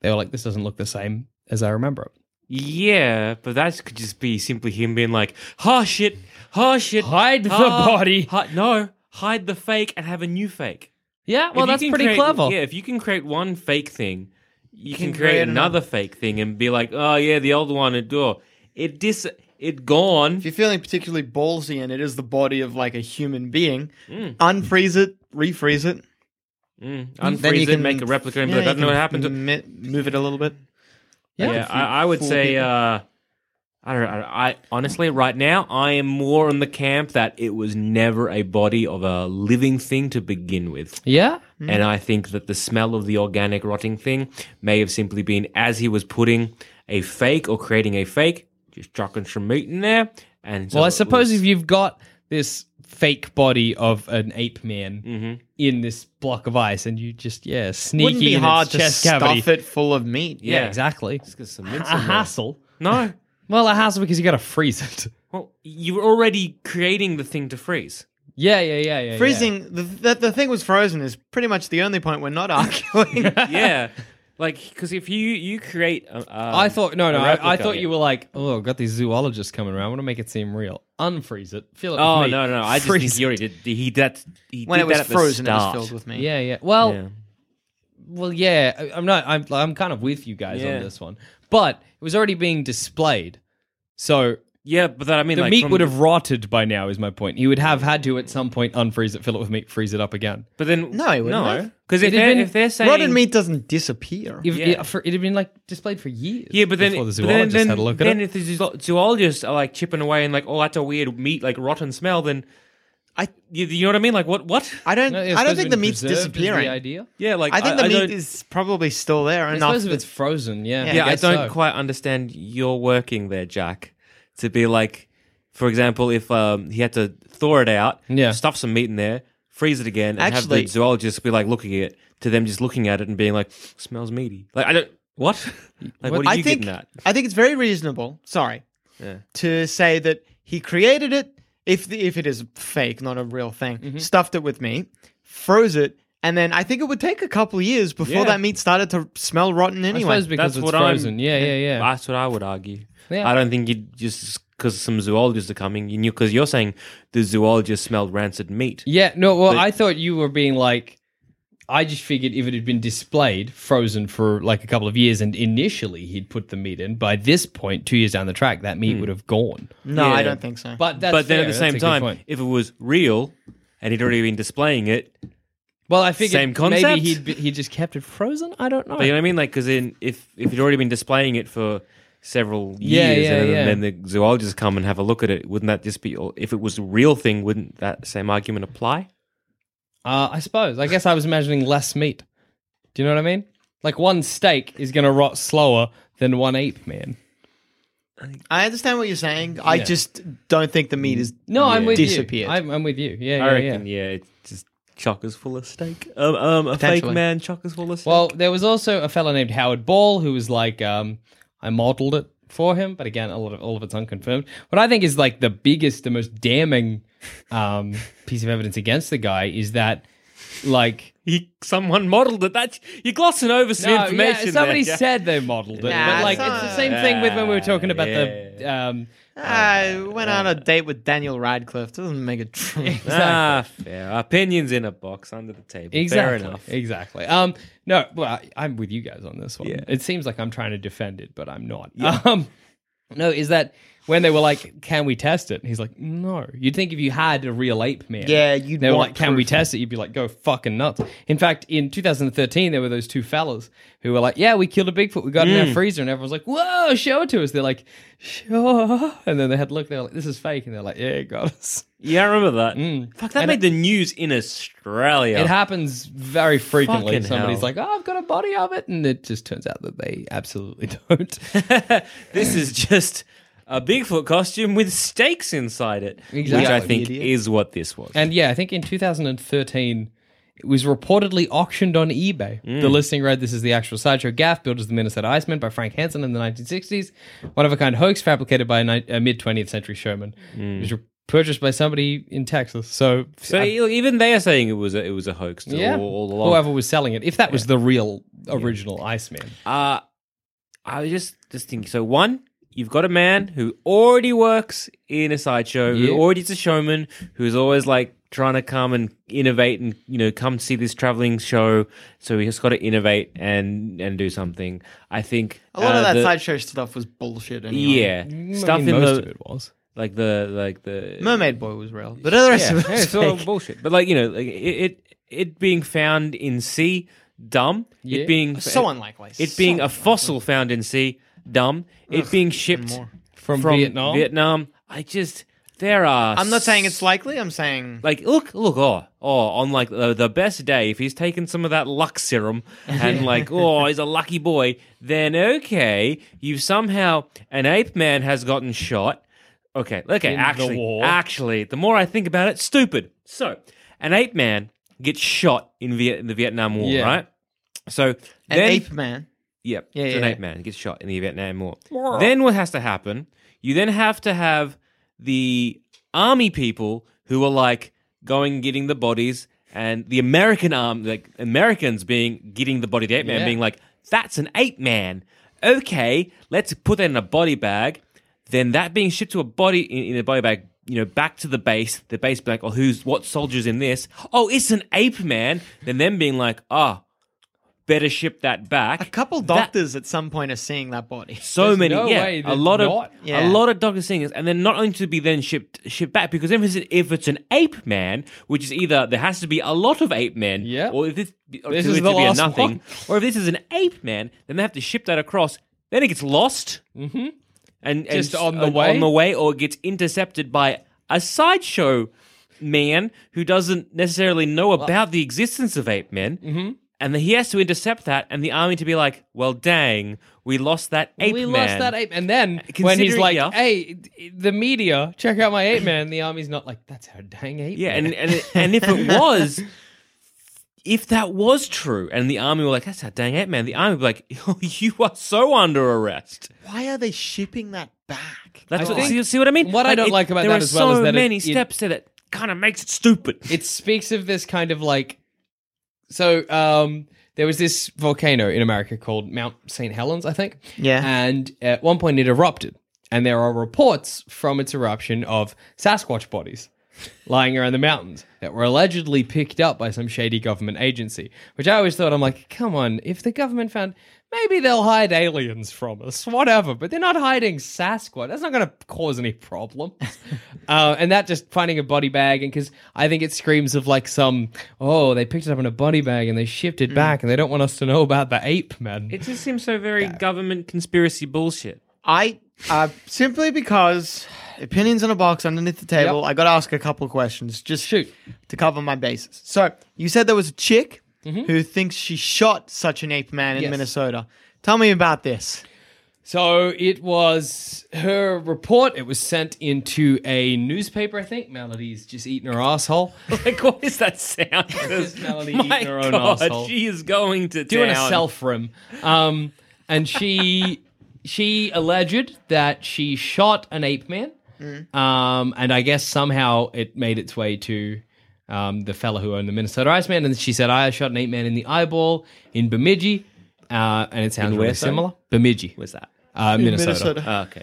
[SPEAKER 1] They were like, "This doesn't look the same as I remember it."
[SPEAKER 3] Yeah, but that could just be simply him being like, "Ha shit, ha shit,
[SPEAKER 1] Hide the
[SPEAKER 3] ha-
[SPEAKER 1] body."
[SPEAKER 3] ha- no, hide the fake and have a new fake."
[SPEAKER 1] Yeah,
[SPEAKER 3] If
[SPEAKER 1] well,
[SPEAKER 3] you
[SPEAKER 1] that's
[SPEAKER 3] can
[SPEAKER 1] pretty
[SPEAKER 3] create-
[SPEAKER 1] clever.
[SPEAKER 3] Yeah, if you can create one fake thing, you can, create, another fake thing and be like, "Oh yeah, the old one, it oh, it dis, it gone."
[SPEAKER 2] If you're feeling particularly ballsy and it is the body of like a human being,
[SPEAKER 3] Hmm.
[SPEAKER 2] unfreeze it, refreeze it.
[SPEAKER 3] Mm, unfreeze it, make a replica, and be like, "I
[SPEAKER 2] you
[SPEAKER 3] don't know what
[SPEAKER 2] can mm,
[SPEAKER 3] happened." to
[SPEAKER 2] mi- move it a little bit.
[SPEAKER 3] Yeah,
[SPEAKER 2] If you
[SPEAKER 3] I, I would
[SPEAKER 2] fool
[SPEAKER 3] say.
[SPEAKER 2] people.
[SPEAKER 3] Uh, I don't know. I, I honestly, right now, I am more on the camp that it was never a body of a living thing to begin with.
[SPEAKER 1] yeah.
[SPEAKER 3] And I think that the smell of the organic rotting thing may have simply been as he was putting a fake or creating a fake, just chucking some meat in there. And so
[SPEAKER 1] Well, I
[SPEAKER 3] it
[SPEAKER 1] suppose
[SPEAKER 3] was-
[SPEAKER 1] if you've got this fake body of an ape man in this block of ice, and you just yeah sneaky
[SPEAKER 2] wouldn't be
[SPEAKER 1] in
[SPEAKER 2] hard
[SPEAKER 1] its
[SPEAKER 2] to
[SPEAKER 1] chest
[SPEAKER 2] stuff
[SPEAKER 1] cavity,
[SPEAKER 2] it full of meat.
[SPEAKER 1] yeah,
[SPEAKER 3] Yeah.
[SPEAKER 1] exactly.
[SPEAKER 3] Just get some
[SPEAKER 1] A
[SPEAKER 3] mints in there.
[SPEAKER 1] hassle.
[SPEAKER 3] No.
[SPEAKER 1] Well, a hassle because you got to freeze it.
[SPEAKER 3] Well, you were already creating the thing to freeze.
[SPEAKER 1] Yeah, yeah, yeah, yeah.
[SPEAKER 2] Freezing the, the the thing was frozen is pretty much the only point we're not arguing.
[SPEAKER 3] Yeah. like, because if you, you create. A, a-
[SPEAKER 1] I thought no, no.
[SPEAKER 3] Um, a
[SPEAKER 1] I, I
[SPEAKER 3] replica,
[SPEAKER 1] thought
[SPEAKER 3] yeah.
[SPEAKER 1] you were like, oh, I've got these zoologists coming around. I want to make it seem real. Unfreeze it. Feel it.
[SPEAKER 3] Oh,
[SPEAKER 1] with me.
[SPEAKER 3] no, no. I just
[SPEAKER 1] freeze
[SPEAKER 3] think you already did. He, that, he
[SPEAKER 2] when
[SPEAKER 3] did
[SPEAKER 2] it was
[SPEAKER 3] that at the
[SPEAKER 2] frozen, it was
[SPEAKER 3] start.
[SPEAKER 2] filled with meat.
[SPEAKER 1] Yeah, yeah. Well,
[SPEAKER 3] Yeah.
[SPEAKER 1] well, yeah. I- I'm not. I'm. I'm kind of with you guys
[SPEAKER 3] Yeah.
[SPEAKER 1] on this one, but it was already being displayed. So
[SPEAKER 3] Yeah, but that, I mean,
[SPEAKER 1] the
[SPEAKER 3] like,
[SPEAKER 1] meat
[SPEAKER 3] from
[SPEAKER 1] would have rotted by now. Is my point. He would have had to at some point unfreeze it, fill it with meat, freeze it up again.
[SPEAKER 3] But then.
[SPEAKER 2] No, he wouldn't
[SPEAKER 3] No.
[SPEAKER 2] have.
[SPEAKER 3] Because if,
[SPEAKER 1] It'd have
[SPEAKER 3] they're-
[SPEAKER 1] been-
[SPEAKER 3] if they're saying.
[SPEAKER 2] Rotten meat doesn't disappear.
[SPEAKER 1] If,
[SPEAKER 3] Yeah.
[SPEAKER 1] yeah. for, it had been like displayed for years.
[SPEAKER 3] Yeah, but then,
[SPEAKER 1] before the
[SPEAKER 3] but then,
[SPEAKER 1] zoologist
[SPEAKER 3] then,
[SPEAKER 1] had a look at
[SPEAKER 3] then
[SPEAKER 1] it.
[SPEAKER 3] if the zoolo- zoologists are like chipping away and like, oh, that's a weird meat, like rotten smell, then I, you, you know what I mean? Like, what, what?
[SPEAKER 2] I don't.
[SPEAKER 1] No, yeah,
[SPEAKER 2] I
[SPEAKER 1] suppose
[SPEAKER 2] don't think
[SPEAKER 1] when
[SPEAKER 2] the meat's
[SPEAKER 1] preserved is
[SPEAKER 2] disappearing.
[SPEAKER 1] The idea.
[SPEAKER 3] Yeah, like
[SPEAKER 2] I think the
[SPEAKER 3] don't-
[SPEAKER 2] meat is probably still there.
[SPEAKER 1] I
[SPEAKER 2] Enough.
[SPEAKER 1] suppose if
[SPEAKER 2] that-
[SPEAKER 1] it's frozen, yeah.
[SPEAKER 2] Yeah,
[SPEAKER 3] Yeah, I,
[SPEAKER 1] guess
[SPEAKER 3] don't
[SPEAKER 1] so.
[SPEAKER 3] quite understand your working there, Jack. To be like, for example, if um, he had to thaw it out,
[SPEAKER 1] Yeah.
[SPEAKER 3] stuff some meat in there, freeze it again, and have
[SPEAKER 2] Actually-
[SPEAKER 3] the zoologist be like looking at it to them, just looking at it and being like, smells meaty. Like I don't what? Like what, are
[SPEAKER 2] I
[SPEAKER 3] you
[SPEAKER 2] think.
[SPEAKER 3] getting at?
[SPEAKER 2] I think it's very reasonable. Sorry.
[SPEAKER 3] Yeah.
[SPEAKER 2] To say that he created it, if the, if it is fake, not a real thing,
[SPEAKER 1] Mm-hmm.
[SPEAKER 2] stuffed it with meat, froze it, and then I think it would take a couple of years before
[SPEAKER 3] Yeah.
[SPEAKER 2] that meat started to smell rotten.
[SPEAKER 1] I
[SPEAKER 2] Anyway,
[SPEAKER 1] suppose because
[SPEAKER 3] That's
[SPEAKER 1] it's
[SPEAKER 3] what
[SPEAKER 1] frozen.
[SPEAKER 3] I'm.
[SPEAKER 1] Yeah, yeah, yeah.
[SPEAKER 3] That's what I would argue.
[SPEAKER 1] Yeah.
[SPEAKER 3] I don't think you just because some zoologists are coming. You knew because you're saying the zoologist smelled rancid meat.
[SPEAKER 1] Yeah, no, well, I thought you were being like, I just figured if it had been displayed frozen for like a couple of years and initially he'd put the meat in, by this point, two years down the track, that meat would have gone.
[SPEAKER 2] no,
[SPEAKER 3] Yeah.
[SPEAKER 2] I don't think so.
[SPEAKER 1] But that's
[SPEAKER 3] Hmm. but then
[SPEAKER 1] fair,
[SPEAKER 3] at the
[SPEAKER 1] that's a
[SPEAKER 3] same
[SPEAKER 1] good
[SPEAKER 3] time,
[SPEAKER 1] point.
[SPEAKER 3] if it was real and he'd already been displaying it,
[SPEAKER 1] well, I figured
[SPEAKER 3] same concept?
[SPEAKER 1] maybe he'd, be, he just kept it frozen. I don't know.
[SPEAKER 3] but you know what I mean? Like, because if if he'd already been displaying it for several years,
[SPEAKER 1] Yeah, yeah,
[SPEAKER 3] and,
[SPEAKER 1] yeah.
[SPEAKER 3] then the zoologists come and have a look at it, wouldn't that just be? all- If it was a real thing, wouldn't that same argument apply?
[SPEAKER 1] Uh, I suppose. I guess I was imagining less meat. Do you know what I mean? Like one steak is going to rot slower than one ape man.
[SPEAKER 2] I understand what you're saying. I just don't think the meat is
[SPEAKER 1] No, I'm with
[SPEAKER 2] Disappeared.
[SPEAKER 1] you. I'm, I'm with you. Yeah,
[SPEAKER 3] I
[SPEAKER 1] yeah, yeah.
[SPEAKER 3] reckon, yeah, it's just chockers full of steak. Um, um, a fake
[SPEAKER 2] Potentially.
[SPEAKER 3] man chockers full of steak.
[SPEAKER 1] Well, there was also a fellow named Howard Ball who was like, um, I modeled it for him, but again, a lot of all of it's unconfirmed. What I think is like the biggest, the most damning um, piece of evidence against the guy is that, like,
[SPEAKER 3] He, someone modeled it. That you're glossing over some
[SPEAKER 1] No,
[SPEAKER 3] information.
[SPEAKER 1] yeah, somebody
[SPEAKER 3] there, Jack.
[SPEAKER 1] said they modeled it,
[SPEAKER 2] Nah,
[SPEAKER 1] but like
[SPEAKER 2] some-
[SPEAKER 1] it's the same thing with when we were talking about the.
[SPEAKER 3] Yeah.
[SPEAKER 1] Um,
[SPEAKER 2] I went on a date with Daniel Radcliffe. Doesn't make a difference.
[SPEAKER 3] Ah, fair. Opinions in a box under the table.
[SPEAKER 1] exactly.
[SPEAKER 3] Fair enough.
[SPEAKER 1] Exactly. Um, no, well, I, I'm with you guys on this one.
[SPEAKER 3] Yeah.
[SPEAKER 1] It seems like I'm trying to defend it, but I'm not. Um, no, is that when they were like, "Can we test it?" And he's like, "No." You'd think if you had a real ape man,
[SPEAKER 2] Yeah, you'd
[SPEAKER 1] They were
[SPEAKER 2] want
[SPEAKER 1] like, "Can we
[SPEAKER 2] proof.
[SPEAKER 1] test it?" You'd be like, "Go fucking nuts." In fact, in 2013, there were those two fellas who were like, "Yeah, we killed a bigfoot. We got it in
[SPEAKER 2] Mm.
[SPEAKER 1] our freezer," and everyone's like, "Whoa, show it to us." They're like, "Sure," and then they had a look. They're like, "This is fake," and they're like, "Yeah, it got us."
[SPEAKER 3] Yeah, I remember that. Fuck, that made the news in Australia.
[SPEAKER 1] Mm. It happens very frequently.
[SPEAKER 3] Fucking
[SPEAKER 1] Somebody's
[SPEAKER 3] hell.
[SPEAKER 1] like, "Oh, I've got a body of it," and it just turns out that they absolutely don't.
[SPEAKER 3] this is just a Bigfoot costume with stakes inside it, which I
[SPEAKER 1] Exactly.
[SPEAKER 3] think
[SPEAKER 2] Idiot.
[SPEAKER 3] is what this was.
[SPEAKER 1] and yeah, I think in 2013. It was reportedly auctioned on eBay.
[SPEAKER 3] Mm.
[SPEAKER 1] The listing read, "This is the actual sideshow gaff built as the Minnesota Iceman by Frank Hansen in the 1960s, one of a kind hoax fabricated by a, ni- a mid 20th century showman.
[SPEAKER 3] Mm.
[SPEAKER 1] It was re- purchased by somebody in Texas. So,
[SPEAKER 3] so
[SPEAKER 1] I-
[SPEAKER 3] e- even they are saying it was a, it was a hoax to
[SPEAKER 1] yeah,
[SPEAKER 3] all, all along.
[SPEAKER 1] whoever was selling it, if that was the real original Iceman,
[SPEAKER 3] Uh, I was just just thinking. So one, you've got a man who already works in a sideshow,
[SPEAKER 1] Yeah.
[SPEAKER 3] who already is a showman, who's always like trying to come and innovate and you know come see this traveling show. So he just got to innovate and and do something. I think
[SPEAKER 2] A lot
[SPEAKER 3] uh,
[SPEAKER 2] of that
[SPEAKER 3] the-
[SPEAKER 2] sideshow stuff was bullshit. Anyway.
[SPEAKER 3] Yeah,
[SPEAKER 1] I
[SPEAKER 3] stuff
[SPEAKER 1] mean,
[SPEAKER 3] in
[SPEAKER 1] most
[SPEAKER 3] the
[SPEAKER 1] of it was.
[SPEAKER 3] like the like the
[SPEAKER 2] Mermaid Boy was real, but the rest
[SPEAKER 3] yeah,
[SPEAKER 2] of it
[SPEAKER 3] yeah,
[SPEAKER 2] was
[SPEAKER 3] it's all
[SPEAKER 2] fake.
[SPEAKER 3] bullshit. But like you know, like it it, it being found in sea, dumb.
[SPEAKER 1] Yeah.
[SPEAKER 3] It being
[SPEAKER 2] so unlikely.
[SPEAKER 3] it being
[SPEAKER 2] So
[SPEAKER 3] a fossil found in sea, dumb. It being shipped
[SPEAKER 2] more.
[SPEAKER 1] From Vietnam?
[SPEAKER 3] Vietnam. I just there are.
[SPEAKER 2] I'm not saying it's likely. I'm saying
[SPEAKER 3] like look look oh oh on like the, the best day if he's taken some of that luck serum and like oh he's a lucky boy then okay you've somehow an ape man has gotten shot okay okay
[SPEAKER 1] In the
[SPEAKER 3] actually
[SPEAKER 1] war.
[SPEAKER 3] actually the more I think about it stupid so an ape man gets shot in, Viet- in the Vietnam War
[SPEAKER 1] Yeah.
[SPEAKER 3] right so
[SPEAKER 2] an
[SPEAKER 3] then
[SPEAKER 2] ape man.
[SPEAKER 3] Yep.
[SPEAKER 2] Yeah,
[SPEAKER 3] it's
[SPEAKER 2] yeah,
[SPEAKER 3] an
[SPEAKER 2] yeah.
[SPEAKER 3] ape man gets shot in the Vietnam War. then what has to happen? You then have to have the army people who are like going and getting the bodies, and the American arm, like Americans being getting the body, of the ape man
[SPEAKER 1] Yeah.
[SPEAKER 3] being like, "That's an ape man." Okay, let's put that in a body bag. Then that being shipped to a body in, in a body bag, you know, back to the base. The base being like, "Oh, who's what soldiers in this? Oh, it's an ape man." Then them being like, "Ah." Better ship that back.
[SPEAKER 2] A couple
[SPEAKER 3] That-
[SPEAKER 2] doctors at some point are seeing that body.
[SPEAKER 3] so
[SPEAKER 1] There's
[SPEAKER 3] many,
[SPEAKER 1] no
[SPEAKER 3] yeah,
[SPEAKER 1] way
[SPEAKER 3] a
[SPEAKER 1] that
[SPEAKER 3] lot of
[SPEAKER 1] not-
[SPEAKER 2] Yeah.
[SPEAKER 3] a lot of Doctor Singers, and then not only to be then shipped shipped back because if it's, if it's an ape man, which is either there has to be a lot of ape men,
[SPEAKER 1] Yeah.
[SPEAKER 3] or if this, or
[SPEAKER 1] This
[SPEAKER 3] to
[SPEAKER 1] is
[SPEAKER 3] it
[SPEAKER 1] the
[SPEAKER 3] to be a
[SPEAKER 1] last
[SPEAKER 3] nothing,
[SPEAKER 1] one.
[SPEAKER 3] or if this is an ape man, then they have to ship that across. Then it gets lost, mm-hmm. and and
[SPEAKER 1] Just
[SPEAKER 3] s-
[SPEAKER 1] on the way?
[SPEAKER 3] on the way, or it gets intercepted by a sideshow man who doesn't necessarily know about the existence of ape men. Mm-hmm. And he has to intercept that, and the army to be like, "Well, dang, we lost that ape
[SPEAKER 1] we
[SPEAKER 3] man."
[SPEAKER 1] lost that ape. And then when he's
[SPEAKER 3] Considering-
[SPEAKER 1] like,
[SPEAKER 3] yeah.
[SPEAKER 1] hey, the media, check out my ape man, the army's not like, that's our dang ape
[SPEAKER 3] Yeah,
[SPEAKER 1] man.
[SPEAKER 3] and and and if it was, if that was true, and the army were like, "That's our dang ape man," the army would be like, "Oh, "You are so under arrest."
[SPEAKER 2] Why are they shipping that back?
[SPEAKER 3] That's
[SPEAKER 1] I
[SPEAKER 3] what,
[SPEAKER 1] think-
[SPEAKER 3] see, see what I mean.
[SPEAKER 1] what I don't like about
[SPEAKER 3] there
[SPEAKER 1] that
[SPEAKER 3] are
[SPEAKER 1] as well
[SPEAKER 3] so
[SPEAKER 1] is that it-
[SPEAKER 3] many
[SPEAKER 1] it-
[SPEAKER 3] steps that it kind of makes it stupid.
[SPEAKER 1] it speaks of this kind of like so um there was this volcano in America called Mount St. Helens, I think.
[SPEAKER 2] Yeah.
[SPEAKER 1] And at one point it erupted. And there are reports from its eruption of Sasquatch bodies lying around the mountains that were allegedly picked up by some shady government agency, which I always thought, I'm like, come on, if the government found, maybe they'll hide aliens from us, whatever, but they're not hiding Sasquatch. That's not going to cause any problems. uh, and that just finding a body bag, and because I think it screams of like some, oh, they picked it up in a body bag and they shipped it back and they don't want us to know about the ape man.
[SPEAKER 3] It just seems so very government conspiracy bullshit.
[SPEAKER 2] I uh, simply because opinions in a box underneath the table.
[SPEAKER 1] Yep.
[SPEAKER 2] I got to ask a couple questions just
[SPEAKER 1] Shoot.
[SPEAKER 2] to cover my bases. So you said there was a chick who thinks she shot such an ape man in
[SPEAKER 1] Mm-hmm. Yes.
[SPEAKER 2] Minnesota. Tell me about this.
[SPEAKER 1] So it was her report. It was sent into a newspaper, I think. Melody's just eating her asshole.
[SPEAKER 3] Like, what is that sound?
[SPEAKER 1] Just Melody
[SPEAKER 3] My
[SPEAKER 1] eating her own
[SPEAKER 3] God,
[SPEAKER 1] asshole.
[SPEAKER 3] she is going to
[SPEAKER 1] doing
[SPEAKER 3] town.
[SPEAKER 1] a self rim. Um, and she she alleged that she shot an ape man Um, and I guess somehow it made its way to um, the fella who owned the Minnesota Iceman. And she said, I shot an eight man in the eyeball in Bemidji. Uh, and it sounds
[SPEAKER 3] where,
[SPEAKER 1] really
[SPEAKER 3] sorry?
[SPEAKER 1] similar. Bemidji,
[SPEAKER 3] What's that?
[SPEAKER 1] uh, Minnesota.
[SPEAKER 2] Minnesota.
[SPEAKER 3] Oh, okay.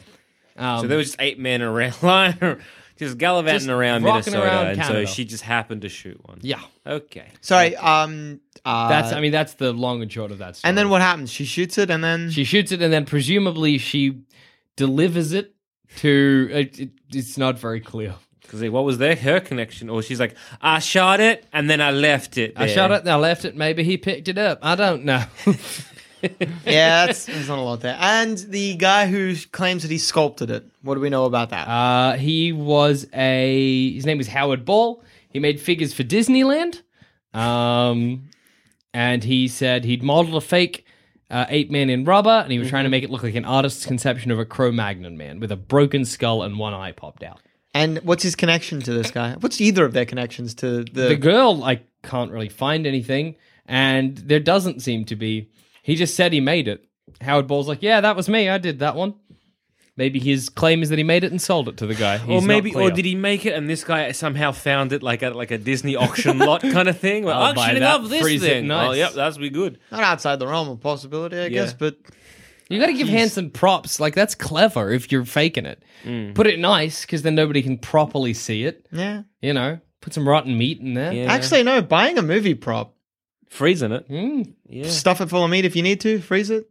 [SPEAKER 3] so there was just eight men around, just gallivanting
[SPEAKER 1] Um, Just
[SPEAKER 3] around
[SPEAKER 1] rocking
[SPEAKER 3] Minnesota,
[SPEAKER 1] around
[SPEAKER 3] and so
[SPEAKER 1] Canada.
[SPEAKER 3] she just happened to shoot one.
[SPEAKER 1] Yeah.
[SPEAKER 3] Okay.
[SPEAKER 2] Sorry. Um. Uh,
[SPEAKER 1] That's, I mean, that's the long and short of that story.
[SPEAKER 2] and then what happens? She shoots it, and then
[SPEAKER 1] She shoots it, and then presumably she delivers it to. It, it, it's not very clear.
[SPEAKER 3] Because what was there? Her connection, or she's like, I shot it and then I left it.
[SPEAKER 1] I
[SPEAKER 3] there."
[SPEAKER 1] shot it and I left it. Maybe he picked it up. I don't know.
[SPEAKER 2] yeah, that's, there's not a lot there. And the guy who claims that he sculpted it. What do we know about that?
[SPEAKER 1] uh, he was a. His name was Howard Ball. He made figures for Disneyland. Um, and he said he'd modeled a fake uh, ape man in rubber, and he was trying to make it look like an artist's conception of a Cro Magnon man with a broken skull and one eye popped out.
[SPEAKER 2] and what's his connection to this guy? What's either of their connections to the?
[SPEAKER 1] the girl i can't really find anything and there doesn't seem to be he just said he made it howard ball's like yeah that was me i did that one maybe his claim is that he made it and sold it to the guy
[SPEAKER 3] Or maybe, or did he make it and this guy somehow found it like at like a Disney auction lot kind of thing? Like,
[SPEAKER 1] I'll buy
[SPEAKER 3] auctioning
[SPEAKER 1] that,
[SPEAKER 3] up this
[SPEAKER 1] freeze it
[SPEAKER 3] thing.
[SPEAKER 1] nice.
[SPEAKER 3] Oh, yep, that's be good.
[SPEAKER 2] not outside the realm of possibility, I guess. But
[SPEAKER 1] you gotta give hanson props like that's clever if you're faking it
[SPEAKER 3] Mm.
[SPEAKER 1] put it nice because then nobody can properly see it
[SPEAKER 2] yeah,
[SPEAKER 1] you know put some rotten meat in there
[SPEAKER 3] Yeah.
[SPEAKER 2] actually, no. Buying a movie prop,
[SPEAKER 3] Freezing it.
[SPEAKER 1] Mm.
[SPEAKER 3] Yeah.
[SPEAKER 2] stuff it full of meat if you need to, freeze it.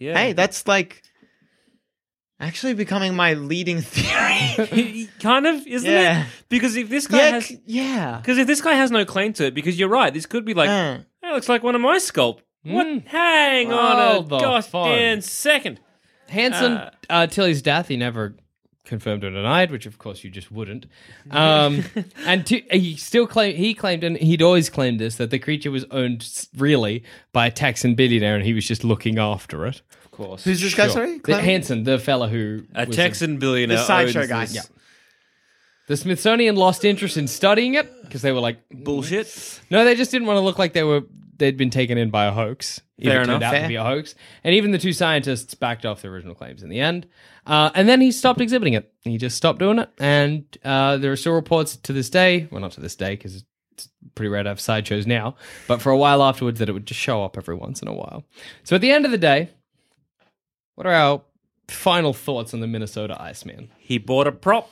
[SPEAKER 3] yeah.
[SPEAKER 2] Hey, that's like actually becoming my leading theory.
[SPEAKER 3] kind of, isn't
[SPEAKER 2] Yeah.
[SPEAKER 3] it? Because if this guy
[SPEAKER 2] yeah,
[SPEAKER 3] has
[SPEAKER 2] c- yeah.
[SPEAKER 3] Because if this guy has no claim to it, because you're right, this could be like,
[SPEAKER 2] Uh.
[SPEAKER 3] that looks like one of my sculpt.
[SPEAKER 1] Mm.
[SPEAKER 3] What? Hang
[SPEAKER 1] Hold
[SPEAKER 3] on
[SPEAKER 1] the
[SPEAKER 3] a gosh
[SPEAKER 1] phone.
[SPEAKER 3] damn second.
[SPEAKER 1] Hanson, uh,
[SPEAKER 3] Uh,
[SPEAKER 1] till his death, he never confirmed or denied, which of course you just wouldn't. Um, and to, he still claimed he claimed, and he'd always claimed this that the creature was owned s- really by a Texan billionaire, and he was just looking after it.
[SPEAKER 3] Of course.
[SPEAKER 2] Who's this guy?
[SPEAKER 1] Sure.
[SPEAKER 2] Sorry,
[SPEAKER 1] The-
[SPEAKER 2] Clem?
[SPEAKER 1] Hanson, the fella who
[SPEAKER 3] a
[SPEAKER 1] was
[SPEAKER 3] Texan billionaire.
[SPEAKER 2] The sideshow
[SPEAKER 3] owns
[SPEAKER 2] guy.
[SPEAKER 3] this
[SPEAKER 2] Yeah.
[SPEAKER 1] the Smithsonian lost interest in studying it because they were like,
[SPEAKER 3] Bullshit.
[SPEAKER 1] no, they just didn't want to look like they were they'd been taken in by a hoax. If
[SPEAKER 3] Fair
[SPEAKER 1] it turned
[SPEAKER 3] enough.
[SPEAKER 1] out to
[SPEAKER 2] Fair.
[SPEAKER 1] be a hoax, and even the two scientists backed off their original claims in the end. Uh, and then he stopped exhibiting it. He just stopped doing it, and uh, there are still reports to this day. Well, not to this day because it's pretty rare to have sideshows now, but for a while afterwards that it would just show up every once in a while. So at the end of the day, what are our final thoughts on the Minnesota Iceman?
[SPEAKER 3] He bought a prop,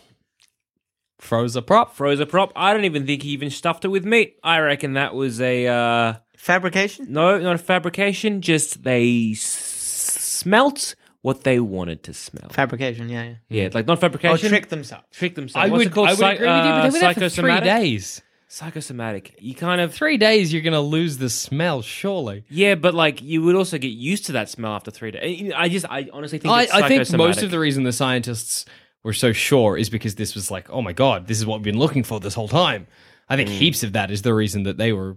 [SPEAKER 1] Froze a prop.
[SPEAKER 3] froze a prop. I don't even think he even stuffed it with meat. I reckon that was a, uh,
[SPEAKER 2] Fabrication.
[SPEAKER 3] no, not a fabrication, just they s- smelt what they wanted to smell.
[SPEAKER 1] Hmm.
[SPEAKER 2] Fabrication. Yeah. yeah.
[SPEAKER 3] yeah, like not
[SPEAKER 2] Or
[SPEAKER 3] fabrication.
[SPEAKER 2] Oh, trick themselves.
[SPEAKER 3] Trick themselves.
[SPEAKER 1] I
[SPEAKER 3] What's
[SPEAKER 1] would,
[SPEAKER 3] it called?
[SPEAKER 1] I would
[SPEAKER 3] Psych-
[SPEAKER 1] agree with you, but
[SPEAKER 3] uh,
[SPEAKER 1] they were there for three
[SPEAKER 3] psychosomatic?
[SPEAKER 1] days.
[SPEAKER 3] Psychosomatic. You kind of
[SPEAKER 1] three days you're gonna lose the smell surely
[SPEAKER 3] Yeah, but like you would also get used to that smell after three days. I just, I honestly think
[SPEAKER 1] I,
[SPEAKER 3] it's
[SPEAKER 1] I think most
[SPEAKER 3] psychosomatic.
[SPEAKER 1] of the reason the scientists were so sure is because this was like oh my god this is what we've been looking for this whole time i think heaps of that is the reason that they were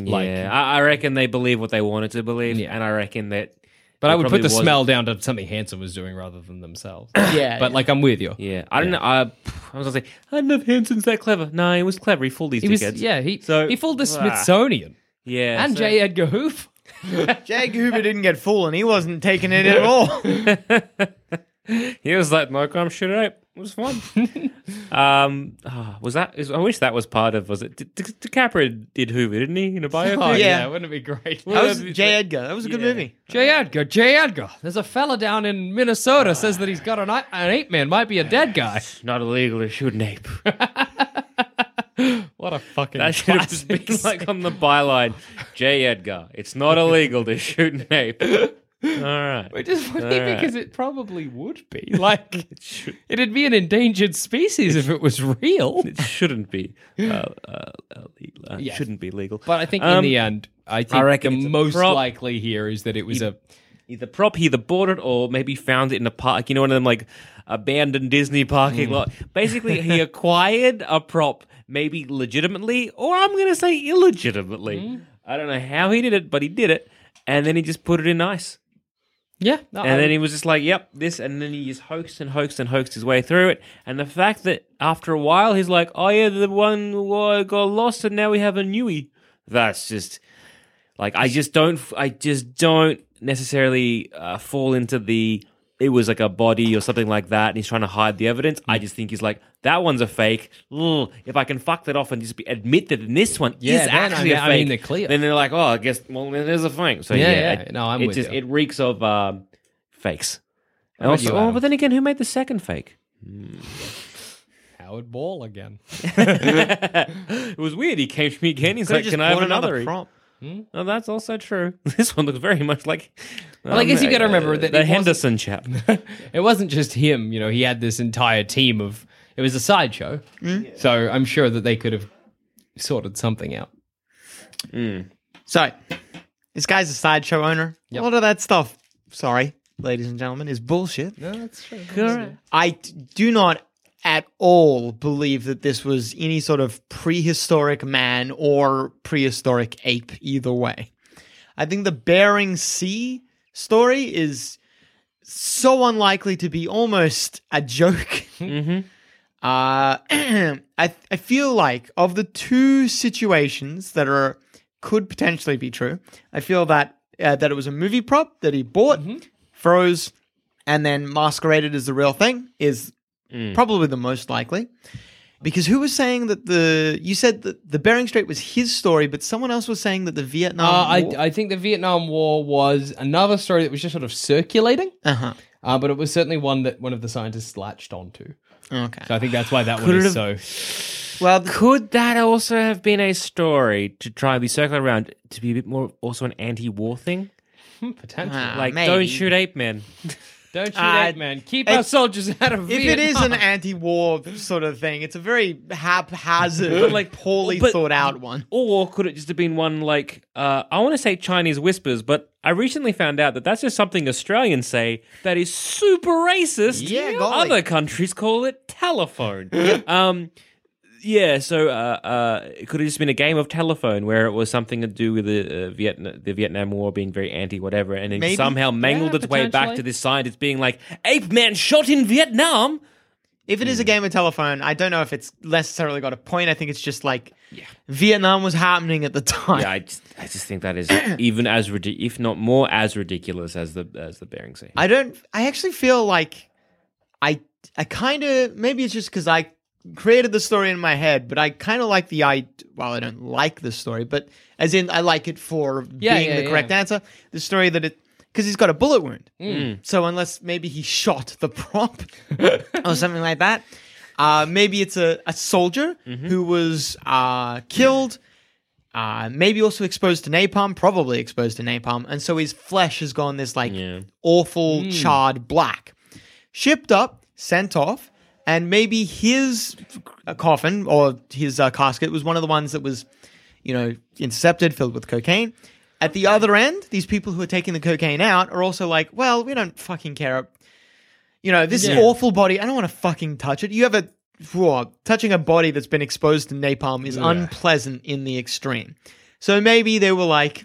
[SPEAKER 1] like
[SPEAKER 3] yeah, I, I reckon they believe what they wanted to believe,
[SPEAKER 1] Yeah.
[SPEAKER 3] and I reckon that.
[SPEAKER 1] but i
[SPEAKER 3] it
[SPEAKER 1] would put
[SPEAKER 3] probably
[SPEAKER 1] the
[SPEAKER 3] wasn't-
[SPEAKER 1] smell down to something hanson was doing rather than themselves
[SPEAKER 2] Yeah.
[SPEAKER 1] but like i'm with you
[SPEAKER 3] Yeah, I don't know. I, I was gonna say I don't know if Hanson's that clever. No, he was clever. He fooled these
[SPEAKER 1] he was
[SPEAKER 3] dickheads.
[SPEAKER 1] yeah he
[SPEAKER 3] So-
[SPEAKER 1] he fooled the
[SPEAKER 3] Ah.
[SPEAKER 1] smithsonian
[SPEAKER 3] yeah,
[SPEAKER 1] and
[SPEAKER 3] so-
[SPEAKER 1] j edgar hoof
[SPEAKER 2] Jag Hoover didn't get fooling. He wasn't taking it at all.
[SPEAKER 3] He was like, "No, I'm shit out. It was fun." um, ah, was that? Is, I wish that was part of. Was it? Di- Di- DiCaprio did Hoover, didn't he? In a biopic.
[SPEAKER 1] oh, yeah.
[SPEAKER 2] Yeah.
[SPEAKER 1] wouldn't it be great
[SPEAKER 2] That was J. Edgar. That was a good
[SPEAKER 3] Yeah.
[SPEAKER 2] movie.
[SPEAKER 1] j edgar j edgar there's a fella down in minnesota says that he's got an, i- an ape man might be a dead guy
[SPEAKER 3] Not illegal to shoot an ape.
[SPEAKER 1] what a fucking
[SPEAKER 3] That should have just been like on the byline. J. Edgar, it's not illegal to shoot an ape. All right.
[SPEAKER 1] Which is funny
[SPEAKER 3] All right.
[SPEAKER 1] because it probably would be. Like, it'd be an endangered species if it was real.
[SPEAKER 3] It shouldn't be. Uh, uh, uh, uh,
[SPEAKER 1] Yes.
[SPEAKER 3] Shouldn't be legal.
[SPEAKER 1] But I think in
[SPEAKER 3] Um,
[SPEAKER 1] the end, I think
[SPEAKER 3] reckon
[SPEAKER 1] the
[SPEAKER 3] it's a
[SPEAKER 1] most
[SPEAKER 3] prop.
[SPEAKER 1] likely here is that it was a.
[SPEAKER 3] either prop, he either bought it or maybe found it in a park. You know, one of them like abandoned Disney parking
[SPEAKER 1] Hmm.
[SPEAKER 3] lot. Basically, he acquired a prop, maybe legitimately, or I'm going to say illegitimately.
[SPEAKER 1] Hmm.
[SPEAKER 3] I don't know how he did it, but he did it. And then he just put it in ice.
[SPEAKER 1] Yeah. no, I
[SPEAKER 3] And then
[SPEAKER 1] would-
[SPEAKER 3] he was just like, yep, this. And then he just hoaxed and hoaxed and hoaxed his way through it. And the fact that after a while, he's like, oh, yeah, the one wa- got lost and now we have a newie. That's just like, I just don't, I just don't necessarily uh, fall into the it was like a body or something like that, and he's trying to hide the evidence. I just think he's like, that one's a fake. Ugh, if I can fuck that off and just be, admit that in this one
[SPEAKER 1] Yeah,
[SPEAKER 3] is
[SPEAKER 1] then I
[SPEAKER 3] actually a
[SPEAKER 1] mean-
[SPEAKER 3] fake,
[SPEAKER 1] I mean, they're clear.
[SPEAKER 3] Then they're like, oh, I guess well, then there's a fake. So
[SPEAKER 1] Yeah,
[SPEAKER 3] yeah,
[SPEAKER 1] yeah.
[SPEAKER 3] it-
[SPEAKER 1] No, I'm
[SPEAKER 3] it
[SPEAKER 1] with
[SPEAKER 3] just
[SPEAKER 1] you.
[SPEAKER 3] it reeks of um, fakes. And
[SPEAKER 1] with
[SPEAKER 3] also,
[SPEAKER 1] you,
[SPEAKER 3] oh,
[SPEAKER 1] Adam.
[SPEAKER 3] but then again, who made the second fake?
[SPEAKER 1] Howard Ball again.
[SPEAKER 3] it was weird. He came to me again. He's like,
[SPEAKER 2] just
[SPEAKER 3] can I have
[SPEAKER 2] bought
[SPEAKER 3] another?
[SPEAKER 2] another prop.
[SPEAKER 3] Oh, that's also true. This one looks very much like. um, uh,
[SPEAKER 1] I guess you gotta remember that
[SPEAKER 3] the
[SPEAKER 1] it wasn't-
[SPEAKER 3] Henderson chap.
[SPEAKER 1] it wasn't just him, you know, he had this entire team of it was a sideshow. So I'm sure that they could have sorted something out.
[SPEAKER 2] So, this guy's a sideshow owner.
[SPEAKER 1] Yep.
[SPEAKER 2] A lot of that stuff, sorry, ladies and gentlemen, is bullshit.
[SPEAKER 1] No, that's true.
[SPEAKER 2] I t- do not at all believe that this was any sort of prehistoric man or prehistoric ape, either way. I think the Bering Sea story is so unlikely to be almost a joke.
[SPEAKER 1] Mm-hmm.
[SPEAKER 2] Uh, I, I feel like of the two situations that are could potentially be true, I feel that uh, that it was a movie prop that he bought,
[SPEAKER 1] Mm-hmm.
[SPEAKER 2] froze, and then masqueraded as the real thing is
[SPEAKER 1] Mm.
[SPEAKER 2] probably the most likely. Because who was saying that the you said that the Bering Strait was his story, but someone else was saying that the Vietnam
[SPEAKER 1] Uh, I,
[SPEAKER 2] War.
[SPEAKER 1] I think the Vietnam War was another story that was just sort of circulating,
[SPEAKER 2] uh-huh.
[SPEAKER 1] uh, but it was certainly one that one of the scientists latched onto.
[SPEAKER 2] Okay.
[SPEAKER 1] So I think that's why that one is so.
[SPEAKER 2] Well, th-
[SPEAKER 3] Could that also have been a story to try and be circling around to be a bit more also an anti-war thing?
[SPEAKER 1] Potential.
[SPEAKER 2] Ah,
[SPEAKER 3] Like,
[SPEAKER 2] maybe.
[SPEAKER 3] don't shoot ape men.
[SPEAKER 1] Hmm, Don't shoot
[SPEAKER 2] Uh,
[SPEAKER 1] ape man. Keep
[SPEAKER 2] if-
[SPEAKER 1] our soldiers out of
[SPEAKER 2] If it
[SPEAKER 1] Vietnam.
[SPEAKER 2] is an anti-war sort of thing, it's a very haphazard, like
[SPEAKER 3] Like,
[SPEAKER 2] poorly
[SPEAKER 3] but-
[SPEAKER 2] thought out one.
[SPEAKER 3] Or could it just have been one like uh, I want to say Chinese whispers, but I recently found out that that's just something Australians say that is super racist.
[SPEAKER 2] Yeah, golly.
[SPEAKER 3] other countries call it telephone. um, yeah, so uh, uh, it could have just been a game of telephone where it was something to do with the uh, Vietnam, the Vietnam War being very anti whatever, and then
[SPEAKER 2] Maybe.
[SPEAKER 3] somehow mangled
[SPEAKER 1] Yeah,
[SPEAKER 3] its way back
[SPEAKER 1] potentially.
[SPEAKER 3] to this scientist being like, "Ape man shot in Vietnam."
[SPEAKER 2] If it
[SPEAKER 3] Hmm.
[SPEAKER 2] is a game of telephone, I don't know if it's necessarily got a point. I think it's just like Vietnam was happening at the time.
[SPEAKER 3] Yeah, I just, I just think that is even as ridiculous, if not more as ridiculous as the as the Bering Sea.
[SPEAKER 2] I don't. I actually feel like I. I kind of maybe it's just because I created the story in my head, but I kind of like the I. Well, I don't like the story, but as in I like it for
[SPEAKER 1] Yeah,
[SPEAKER 2] being
[SPEAKER 1] yeah,
[SPEAKER 2] the
[SPEAKER 1] yeah. Mm.
[SPEAKER 2] correct answer. The story that it because he's got a bullet wound, so unless maybe he shot the prop or something like that, uh, maybe it's a a soldier who was uh, killed. Uh, maybe also exposed to napalm, probably exposed to napalm, and so his flesh has gone this like
[SPEAKER 3] Yeah.
[SPEAKER 2] awful charred black. Shipped up, sent off, and maybe his uh, coffin or his uh, casket was one of the ones that was, you know, intercepted, filled with cocaine. At the other end, these people who are taking the cocaine out are also like, well, we don't fucking care. You know, this awful body, I don't want to fucking touch it. You have a. whoa, touching a body that's been exposed to napalm is unpleasant in the extreme. So maybe they were like,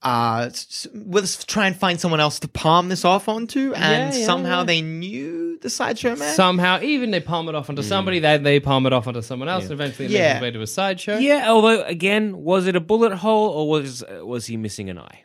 [SPEAKER 2] uh, s- s- let's try and find someone else to palm this off onto, and
[SPEAKER 1] yeah,
[SPEAKER 2] somehow
[SPEAKER 1] yeah.
[SPEAKER 2] they knew the sideshow man.
[SPEAKER 1] Somehow, even they palm it off onto somebody, then they palm it off onto someone else, and eventually it
[SPEAKER 2] Yeah.
[SPEAKER 1] makes its way to a sideshow.
[SPEAKER 3] Yeah, although again, was it a bullet hole or was uh, was he missing an eye?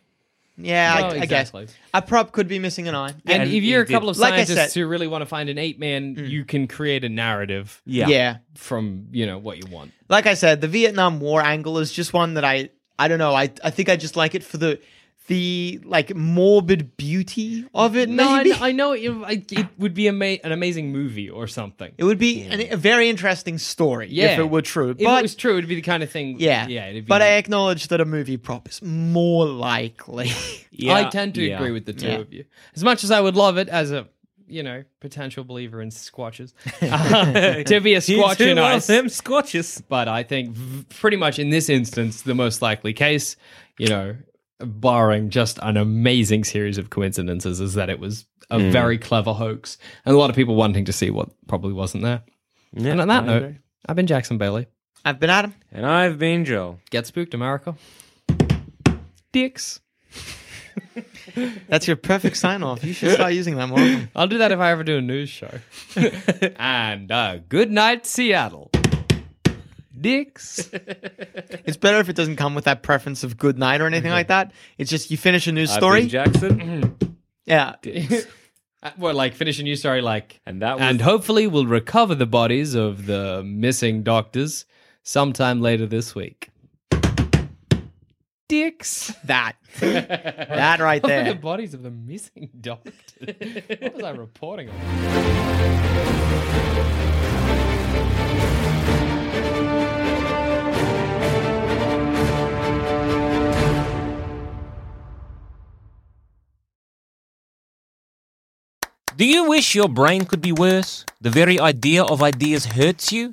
[SPEAKER 2] yeah,
[SPEAKER 1] No,
[SPEAKER 2] I, I
[SPEAKER 1] Oh, exactly.
[SPEAKER 2] guess a prop could be missing an eye.
[SPEAKER 1] And,
[SPEAKER 3] And
[SPEAKER 1] if you're a
[SPEAKER 3] it
[SPEAKER 1] couple
[SPEAKER 3] did.
[SPEAKER 1] of
[SPEAKER 2] Like I
[SPEAKER 1] scientists
[SPEAKER 2] said-
[SPEAKER 1] who really want to find an ape man, you can create a narrative
[SPEAKER 3] Yeah.
[SPEAKER 2] yeah,
[SPEAKER 1] from you know what you want.
[SPEAKER 2] like I said, the Vietnam War angle is just one that I I don't know. I I think I just like it for the the like morbid beauty of it.
[SPEAKER 1] No, I,
[SPEAKER 2] maybe.
[SPEAKER 1] I know it, I, it would be ama- an amazing movie or something.
[SPEAKER 2] it would be an, a very interesting story if
[SPEAKER 1] Yeah.
[SPEAKER 2] it were true.
[SPEAKER 1] If
[SPEAKER 2] but
[SPEAKER 1] it was true, it would be the kind of thing.
[SPEAKER 2] yeah,
[SPEAKER 1] yeah. It'd be,
[SPEAKER 2] but I acknowledge that a movie prop is more likely.
[SPEAKER 3] yeah.
[SPEAKER 1] I tend to
[SPEAKER 3] yeah.
[SPEAKER 1] agree with the two
[SPEAKER 2] Yeah.
[SPEAKER 1] of you. As much as I would love it as a you know potential believer in squatches uh, to be a squatch in ice,
[SPEAKER 3] them squatches.
[SPEAKER 1] but I think v- pretty much in this instance the most likely case, you know, barring just an amazing series of coincidences, is that it was a very clever hoax and a lot of people wanting to see what probably wasn't there. and on that note, I've been Jackson Bailey.
[SPEAKER 2] I've been Adam.
[SPEAKER 3] And I've been Joel.
[SPEAKER 1] Get spooked, America. Dicks.
[SPEAKER 2] That's your perfect sign off. You should start using that more. often.
[SPEAKER 1] I'll do that if I ever do a news show. and uh, good night, Seattle. Dicks.
[SPEAKER 2] It's better if it doesn't come with that preference of good
[SPEAKER 1] Mm-hmm.
[SPEAKER 2] night or anything like that. It's just you finish a news
[SPEAKER 3] I've
[SPEAKER 2] story.
[SPEAKER 3] been Jackson.
[SPEAKER 2] yeah.
[SPEAKER 1] Uh, well, like finish a new story, like
[SPEAKER 5] And that was-
[SPEAKER 1] and hopefully we'll recover the bodies of the missing doctors sometime later this week. Dicks.
[SPEAKER 2] That. that right
[SPEAKER 1] What were
[SPEAKER 2] there.
[SPEAKER 1] the bodies of the missing doctors? what was I reporting on?
[SPEAKER 3] Do you wish your brain could be worse? The very idea of ideas hurts you?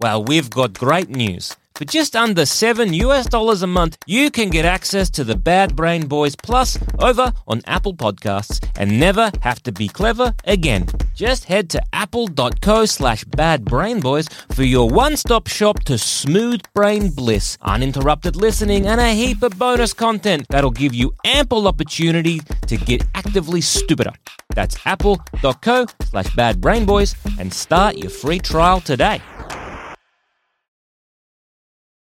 [SPEAKER 3] Well, we've got great news. For just under 7 US dollars a month, you can get access to the Bad Brain Boys Plus over on Apple Podcasts and never have to be clever again. Just head to apple.co slash badbrainboys for your one-stop shop to smooth brain bliss, uninterrupted listening, and a heap of bonus content that'll give you ample opportunity to get actively stupider. That's apple.co slash badbrainboys and start your free trial today.